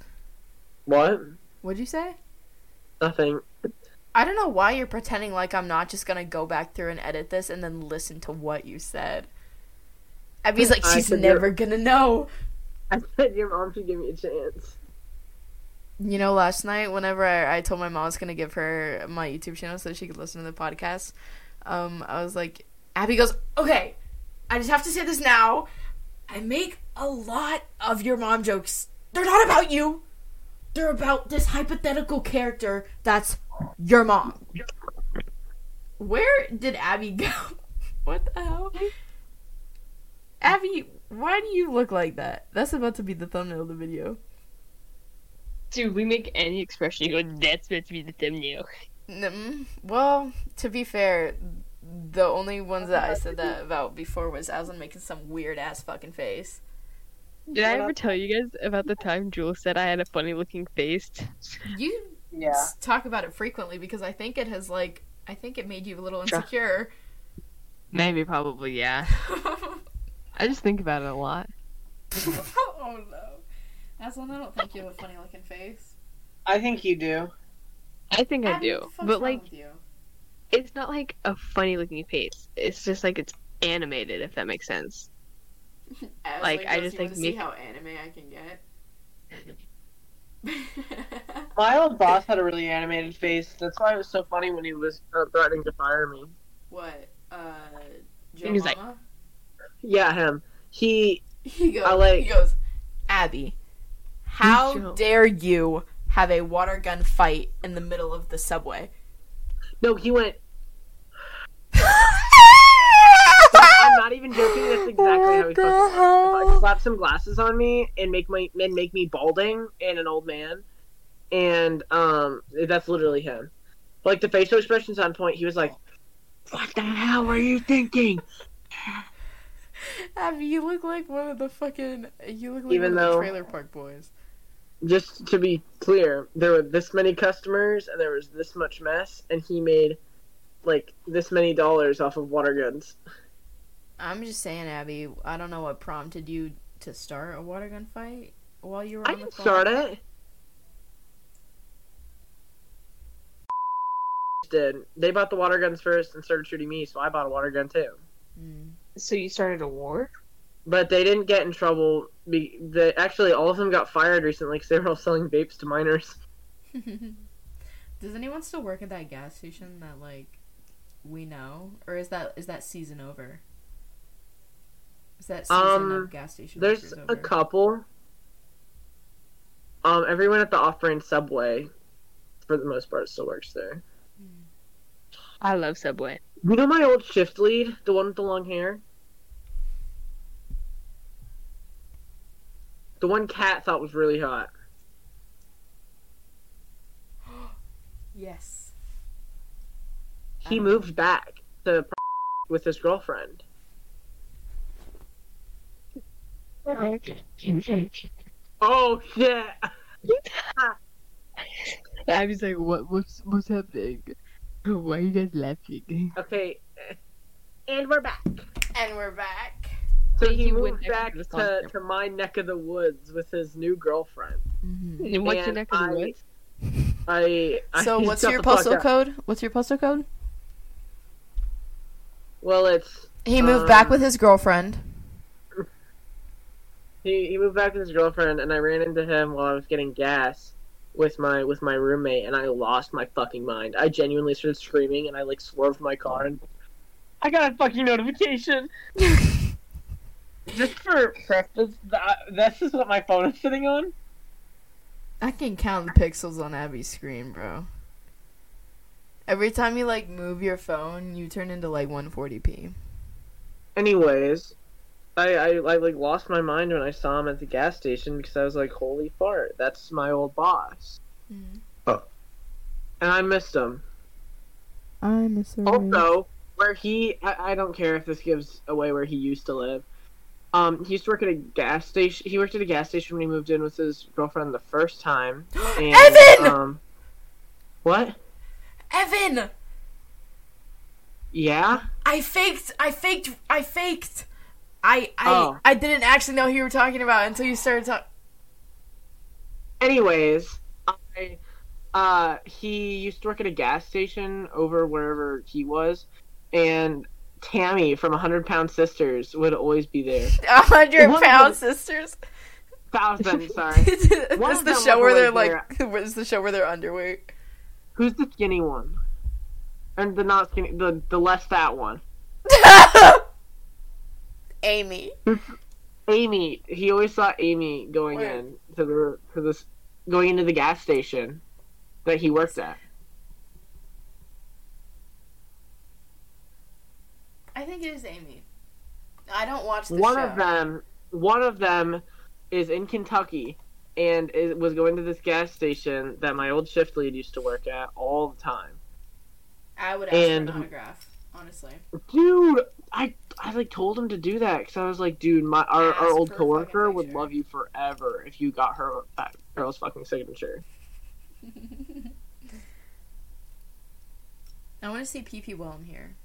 [SPEAKER 5] What?
[SPEAKER 2] What'd you say?
[SPEAKER 5] Nothing. [laughs]
[SPEAKER 2] I don't know why you're pretending like I'm not just gonna go back through and edit this and then listen to what you said. Abby's like,
[SPEAKER 5] I
[SPEAKER 2] she's
[SPEAKER 5] said you're-
[SPEAKER 2] never gonna know.
[SPEAKER 5] I said your mom should give me a chance.
[SPEAKER 2] You know, last night, whenever I, I told my mom I was gonna give her my YouTube channel so she could listen to the podcast, um, I was like, Abby goes, okay, I just have to say this now. I make a lot of your mom jokes. They're not about you. They're about this hypothetical character that's your mom. Where did Abby go? [laughs] What the hell? Abby, why do you look like that? That's about to be the thumbnail of the video.
[SPEAKER 3] Dude, we make any expression, you go, that's meant to be the thumbnail.
[SPEAKER 2] Mm, well, to be fair, the only ones that I said that about before was Aslan making some weird ass fucking face.
[SPEAKER 3] Did I ever tell you guys about the time Jewel said I had a funny looking face?
[SPEAKER 2] You
[SPEAKER 1] Yeah.
[SPEAKER 2] s- talk about it frequently because I think it has like I think it made you a little
[SPEAKER 3] Sure.
[SPEAKER 2] insecure. [laughs]
[SPEAKER 3] Maybe, probably, yeah. I just think about it a lot.
[SPEAKER 2] oh no, Aslan, I don't think you have a funny looking face.
[SPEAKER 1] I think you do.
[SPEAKER 3] I think I
[SPEAKER 2] Abby, what
[SPEAKER 3] do.
[SPEAKER 2] the fuck's
[SPEAKER 3] But,
[SPEAKER 2] wrong
[SPEAKER 3] like,
[SPEAKER 2] with you?
[SPEAKER 3] it's not like a funny looking face. It's just like it's animated, if that makes sense.
[SPEAKER 2] Aslan
[SPEAKER 3] like, I
[SPEAKER 2] goes,
[SPEAKER 3] just,
[SPEAKER 2] "You
[SPEAKER 3] like,
[SPEAKER 2] wanna see
[SPEAKER 3] make-
[SPEAKER 2] how anime I can get. [laughs]
[SPEAKER 1] My old boss had a really animated face. That's why it was so funny when he was uh, threatening to fire me.
[SPEAKER 2] what? Uh, Joe
[SPEAKER 3] He's like-
[SPEAKER 2] Mama? [laughs]
[SPEAKER 5] Yeah, him. He
[SPEAKER 2] He goes,
[SPEAKER 5] I like-
[SPEAKER 2] he goes, Abby, how
[SPEAKER 3] Joe.
[SPEAKER 2] dare you have a water gun fight in the middle of the subway?
[SPEAKER 5] no, he went. I'm
[SPEAKER 2] I'm
[SPEAKER 5] not even joking. That's exactly how he
[SPEAKER 2] What
[SPEAKER 5] fucking
[SPEAKER 2] the
[SPEAKER 5] went.
[SPEAKER 2] hell?
[SPEAKER 5] Like, slap some glasses on me and make my and make me balding and an old man, and um, that's literally him. Like the facial expressions on point. He was like, "What the hell were you thinking?"
[SPEAKER 2] Abby, you look like one of the fucking you look like
[SPEAKER 5] Even
[SPEAKER 2] one of
[SPEAKER 5] though-
[SPEAKER 2] the trailer park boys.
[SPEAKER 5] Just to be clear, there were this many customers and there was this much mess, and he made like this many dollars off of water guns.
[SPEAKER 2] I'm just saying, Abby, I don't know what prompted you to start a water gun fight while you were
[SPEAKER 5] I
[SPEAKER 2] on the
[SPEAKER 5] didn't
[SPEAKER 2] phone.
[SPEAKER 5] start it. Did they bought the water guns first and started shooting me? So I bought a water gun too.
[SPEAKER 2] Mm.
[SPEAKER 3] So you started a war?
[SPEAKER 5] But they didn't get in trouble. Be- they, actually, all of them got fired recently because they were all selling vapes to minors.
[SPEAKER 2] Hmm. [laughs] Does anyone still work at that gas station that like we know, or is that is that season over? Is that season
[SPEAKER 5] Um,
[SPEAKER 2] of gas station?
[SPEAKER 5] There's
[SPEAKER 2] workers
[SPEAKER 5] a
[SPEAKER 2] over?
[SPEAKER 5] couple. Um, everyone at the off-brand Subway, for the most part, still works there.
[SPEAKER 3] I love Subway.
[SPEAKER 5] You know my old shift lead, the one with the long hair? The one Cat thought was really hot.
[SPEAKER 2] Yes.
[SPEAKER 5] He
[SPEAKER 2] Oh.
[SPEAKER 5] moved back to with his girlfriend. Oh shit!
[SPEAKER 3] I was like, what? What's what's happening? Why are you guys laughing?
[SPEAKER 5] Okay. And we're back.
[SPEAKER 2] And we're back.
[SPEAKER 5] So
[SPEAKER 3] He
[SPEAKER 5] he
[SPEAKER 3] went
[SPEAKER 5] moved
[SPEAKER 3] next
[SPEAKER 5] back
[SPEAKER 3] to the
[SPEAKER 5] to,
[SPEAKER 3] sunset.
[SPEAKER 5] to my neck of the woods with his new girlfriend.
[SPEAKER 3] What's your
[SPEAKER 5] And
[SPEAKER 3] neck of the
[SPEAKER 5] I-
[SPEAKER 3] woods?
[SPEAKER 5] I, I [laughs]
[SPEAKER 2] So, what's
[SPEAKER 5] shut
[SPEAKER 2] your
[SPEAKER 5] the fuck
[SPEAKER 2] postal
[SPEAKER 5] up.
[SPEAKER 2] code? What's your postal code?
[SPEAKER 5] Well, it's
[SPEAKER 2] He moved back
[SPEAKER 5] Um,
[SPEAKER 2] with his girlfriend. [laughs]
[SPEAKER 5] he, he moved back with his girlfriend, and I ran into him while I was getting gas with my with my roommate, and I lost my fucking mind. I genuinely started screaming, and I like swerved my car. And
[SPEAKER 1] I got a fucking notification. Just for preface, that, this is what my phone is sitting on.
[SPEAKER 2] I can count the pixels on Abby's screen, bro. Every time you like move your phone, you turn into like 140p.
[SPEAKER 5] anyways, I, I I like lost my mind when I saw him at the gas station because I was like, holy fart, that's my old boss,
[SPEAKER 2] Mm.
[SPEAKER 5] and I missed him.
[SPEAKER 2] I miss her.
[SPEAKER 5] Also, where he, I, I don't care if this gives away where he used to live. Um, he used to work at a gas station. He worked at a gas station when he moved in with his girlfriend the first time. And,
[SPEAKER 2] [gasps] Evan!
[SPEAKER 5] Um, what?
[SPEAKER 2] Evan,
[SPEAKER 5] Yeah.
[SPEAKER 2] I faked. I faked. I faked. I I
[SPEAKER 5] Oh.
[SPEAKER 2] I didn't actually know who you were talking about until you started talking.
[SPEAKER 5] Anyways, I uh, he used to work at a gas station over wherever he was, and Tammy from 100 Pound Sisters would always be there.
[SPEAKER 2] [laughs] A hundred
[SPEAKER 5] One of
[SPEAKER 2] pound
[SPEAKER 5] the-
[SPEAKER 2] sisters.
[SPEAKER 5] Thousand, sorry. [laughs]
[SPEAKER 2] It's
[SPEAKER 5] One of
[SPEAKER 2] the
[SPEAKER 5] them
[SPEAKER 2] show
[SPEAKER 5] was
[SPEAKER 2] where they're
[SPEAKER 5] always
[SPEAKER 2] like, [laughs] it's the show where
[SPEAKER 5] [laughs]
[SPEAKER 2] they're underweight.
[SPEAKER 5] Who's the skinny one? And the not skinny, the the less fat one.
[SPEAKER 2] Amy.
[SPEAKER 5] Amy. He always saw Amy going
[SPEAKER 2] Where?
[SPEAKER 5] in to the to this going into the gas station that he worked at.
[SPEAKER 2] I think it is Amy. I don't watch the
[SPEAKER 5] one
[SPEAKER 2] show.
[SPEAKER 5] of them one of them is in Kentucky and it was going to this gas station that my old shift lead used to work at all the time.
[SPEAKER 2] I would
[SPEAKER 5] ask for an and-
[SPEAKER 2] autograph, honestly.
[SPEAKER 5] Dude, I I like told him to do that because I was like, dude, my our, our
[SPEAKER 2] Ask
[SPEAKER 5] old
[SPEAKER 2] for a fucking
[SPEAKER 5] coworker would
[SPEAKER 2] picture.
[SPEAKER 5] love you forever if you got her that girl's fucking signature.
[SPEAKER 2] I want to see Pee Pee Wellum here.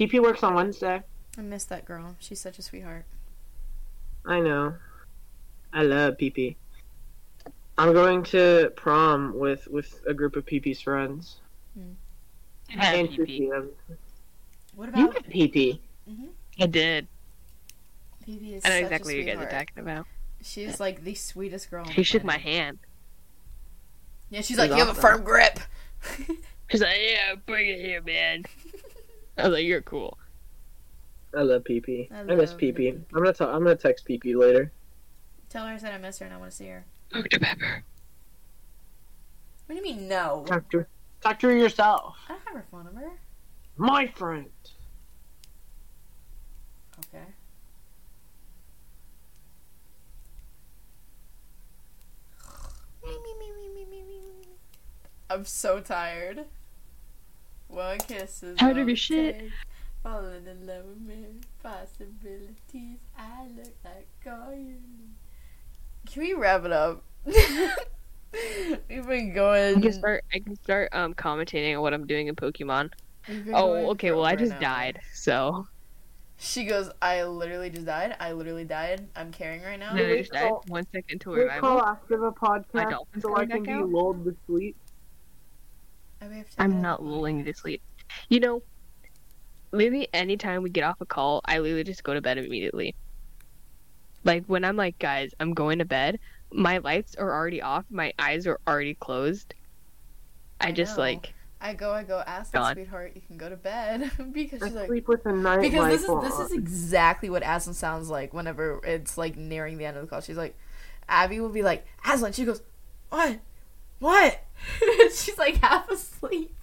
[SPEAKER 5] PP works on Wednesday.
[SPEAKER 2] I miss that girl. She's such a sweetheart.
[SPEAKER 5] I know. I love PP. I'm going to prom with with a group of PP's friends and
[SPEAKER 3] I
[SPEAKER 5] PP. them.
[SPEAKER 2] What
[SPEAKER 5] You met
[SPEAKER 2] about
[SPEAKER 5] PP.
[SPEAKER 3] did.
[SPEAKER 2] Pee Pee? Is
[SPEAKER 3] I know
[SPEAKER 2] such
[SPEAKER 3] exactly
[SPEAKER 2] a
[SPEAKER 3] what you guys are
[SPEAKER 2] sweetheart.
[SPEAKER 3] talking about.
[SPEAKER 2] She's like the sweetest girl. on
[SPEAKER 3] She
[SPEAKER 2] the
[SPEAKER 3] shook my
[SPEAKER 2] planet.
[SPEAKER 3] hand.
[SPEAKER 2] Yeah, she's
[SPEAKER 5] She's
[SPEAKER 2] like, you have a
[SPEAKER 5] awesome.
[SPEAKER 2] firm grip.
[SPEAKER 3] She's like, "Yeah, bring it here, [laughs] man." I was like, "You're cool."
[SPEAKER 5] I love PP.
[SPEAKER 2] I
[SPEAKER 5] I, miss
[SPEAKER 2] love
[SPEAKER 5] PP.
[SPEAKER 2] PP.
[SPEAKER 5] I'm gonna talk. I'm gonna text PP later.
[SPEAKER 2] [laughs] Tell her I said I miss her and I want to see her.
[SPEAKER 3] Dr. Pepper.
[SPEAKER 2] What do you mean no? I
[SPEAKER 5] Talk to talk to her yourself,
[SPEAKER 2] don't have her phone number.
[SPEAKER 5] my friend.
[SPEAKER 2] Okay. I'm so tired. One kiss is
[SPEAKER 3] Tired of
[SPEAKER 2] all
[SPEAKER 3] your
[SPEAKER 2] it
[SPEAKER 3] shit.
[SPEAKER 2] takes. Falling in love with me, possibilities. I look like all you. need. Can we wrap it up? [laughs] We've been going.
[SPEAKER 3] I can start. I can start um commentating on what I'm doing in Pokemon.
[SPEAKER 2] we've been going
[SPEAKER 3] Oh, okay.
[SPEAKER 2] for
[SPEAKER 3] Well, I
[SPEAKER 2] over an
[SPEAKER 3] just
[SPEAKER 2] hour.
[SPEAKER 3] died. So
[SPEAKER 2] She goes, I literally just died. I literally died. I'm carrying right now.
[SPEAKER 3] then I just died.
[SPEAKER 5] call-
[SPEAKER 3] One second to
[SPEAKER 5] We call
[SPEAKER 3] revival.
[SPEAKER 5] after the
[SPEAKER 3] My
[SPEAKER 5] podcast
[SPEAKER 3] dolphin's
[SPEAKER 5] so I
[SPEAKER 3] coming
[SPEAKER 5] can
[SPEAKER 3] back
[SPEAKER 5] be
[SPEAKER 3] out.
[SPEAKER 5] lulled to sleep.
[SPEAKER 2] I may have to
[SPEAKER 3] I'm
[SPEAKER 2] die.
[SPEAKER 3] not lulling you to sleep. You know, maybe anytime we get off a call, I literally just go to bed immediately. Like when I'm like, guys, I'm going to bed. My lights are already off. My eyes are already closed. I,
[SPEAKER 2] I
[SPEAKER 3] just
[SPEAKER 2] know.
[SPEAKER 3] like
[SPEAKER 2] I go, I go, ask them,
[SPEAKER 3] Gone.
[SPEAKER 2] sweetheart, you can go to bed. [laughs] because
[SPEAKER 5] I
[SPEAKER 2] she's like,
[SPEAKER 5] sleep with a night
[SPEAKER 2] because this is
[SPEAKER 5] light
[SPEAKER 2] this is
[SPEAKER 5] on.
[SPEAKER 2] exactly what Aslan sounds like whenever it's like nearing the end of the call. She's like, Abby will be like, Aslan. She goes, what, what? [laughs] she's like half asleep,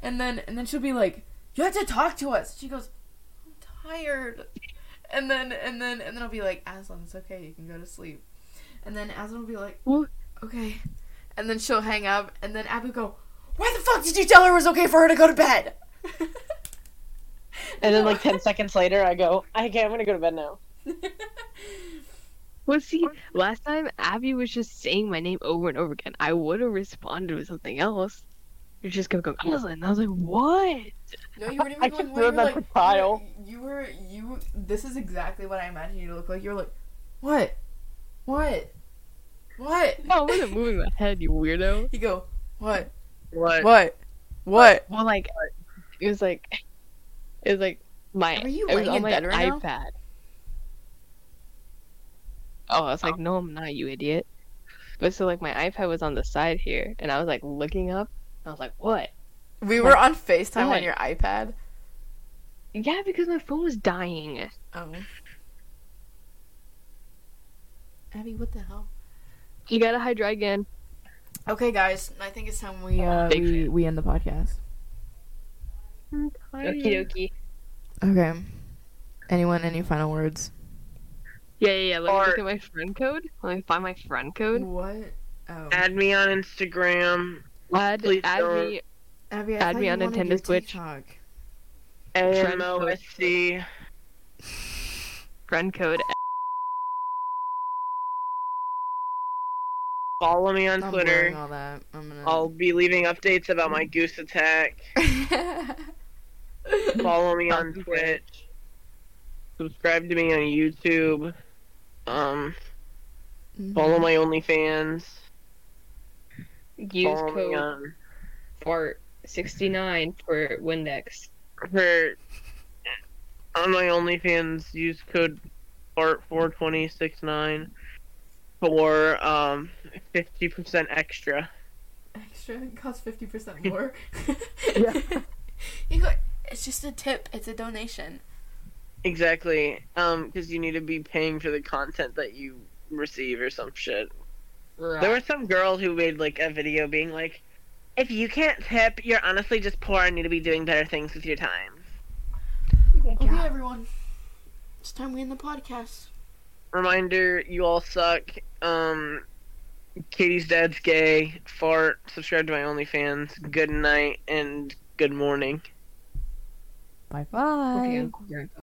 [SPEAKER 2] and then and then she'll be like, you have to talk to us. She goes, I'm tired, and then and then and then I'll be like, Aslan, it's okay, you can go to sleep, and then Aslan will be like,
[SPEAKER 3] Well-
[SPEAKER 2] okay, and then she'll hang up, and then Abby will go, why the fuck did you tell her it was okay for her to go to bed?
[SPEAKER 11] And then like ten seconds later, I go, "Okay, I'm gonna go to bed now."
[SPEAKER 3] Well, see, last time Abby was just saying my name over and over again. I would have responded with something else. You're just gonna go, Aslan. I was like, what? [laughs]
[SPEAKER 2] No, you weren't even
[SPEAKER 11] I
[SPEAKER 2] going
[SPEAKER 11] just
[SPEAKER 2] away. You were
[SPEAKER 11] ruined my
[SPEAKER 2] like,
[SPEAKER 11] profile.
[SPEAKER 2] You were, you were- you. This is exactly what I imagined you to look like. You were like, what, what, what?
[SPEAKER 3] No, I wasn't moving my head, you weirdo.
[SPEAKER 2] You go, what,
[SPEAKER 11] What?
[SPEAKER 2] what, what?
[SPEAKER 3] Well, like, it was like, it was like my.
[SPEAKER 2] Are you
[SPEAKER 3] it was
[SPEAKER 2] laying
[SPEAKER 3] on
[SPEAKER 2] in
[SPEAKER 3] my
[SPEAKER 2] bed right now?
[SPEAKER 3] iPad. Oh, I was like, no, I'm not, you idiot. But so, like, my iPad was on the side here, and I was like looking up. And I was like, what?
[SPEAKER 2] We were on Facetime on
[SPEAKER 3] what?
[SPEAKER 2] your iPad.
[SPEAKER 3] Yeah, because my phone was dying.
[SPEAKER 2] Oh. Abby, what the hell?
[SPEAKER 3] You gotta hydra again.
[SPEAKER 2] Okay, guys, I think it's time we uh,
[SPEAKER 3] Big
[SPEAKER 2] we,
[SPEAKER 3] fan.
[SPEAKER 2] we end the podcast.
[SPEAKER 3] Okie dokie.
[SPEAKER 2] Okay. Anyone, any final words?
[SPEAKER 3] Yeah, yeah, yeah. Let
[SPEAKER 5] Or-
[SPEAKER 3] me look at my friend code. Let me find my friend code.
[SPEAKER 2] What? Oh,
[SPEAKER 5] Add me on Instagram.
[SPEAKER 3] Add,
[SPEAKER 5] Please
[SPEAKER 3] add
[SPEAKER 5] don't.
[SPEAKER 3] me.
[SPEAKER 2] Abby, I
[SPEAKER 3] add
[SPEAKER 2] thought
[SPEAKER 3] me
[SPEAKER 2] you
[SPEAKER 3] on
[SPEAKER 2] wanted
[SPEAKER 3] Nintendo
[SPEAKER 2] your
[SPEAKER 3] Switch.
[SPEAKER 2] TikTok.
[SPEAKER 5] AMOSC.
[SPEAKER 3] Friend code.
[SPEAKER 5] Follow me on
[SPEAKER 2] I'm blurring
[SPEAKER 5] Twitter.
[SPEAKER 2] all that. I'm gonna.
[SPEAKER 5] I'll be leaving updates about my goose attack.
[SPEAKER 2] [laughs]
[SPEAKER 5] Follow me on
[SPEAKER 3] Sounds good.
[SPEAKER 5] Twitch. Subscribe to me on YouTube.
[SPEAKER 2] Mm-hmm.
[SPEAKER 5] Um, follow my OnlyFans.
[SPEAKER 3] Use
[SPEAKER 5] Oh,
[SPEAKER 3] code
[SPEAKER 5] man.
[SPEAKER 3] fart sixty nine for Windex.
[SPEAKER 5] For on my OnlyFans, use code fart four twenty six nine for um fifty percent extra.
[SPEAKER 1] Extra it costs fifty percent more.
[SPEAKER 3] Yeah.
[SPEAKER 1] [laughs] you go. It's just a tip. It's a donation.
[SPEAKER 5] Exactly, um, because you need to be paying for the content that you receive or some shit. There was some girl who made like a video being like, "If you can't tip, you're honestly just poor and need to be doing better things with your time."
[SPEAKER 1] Okay, everyone. It's time we end the podcast.
[SPEAKER 5] Reminder: You all suck. Um, Katie's dad's gay. Fart. Subscribe to my OnlyFans. Good night and good morning.
[SPEAKER 12] Bye bye.
[SPEAKER 3] Okay, I'll grab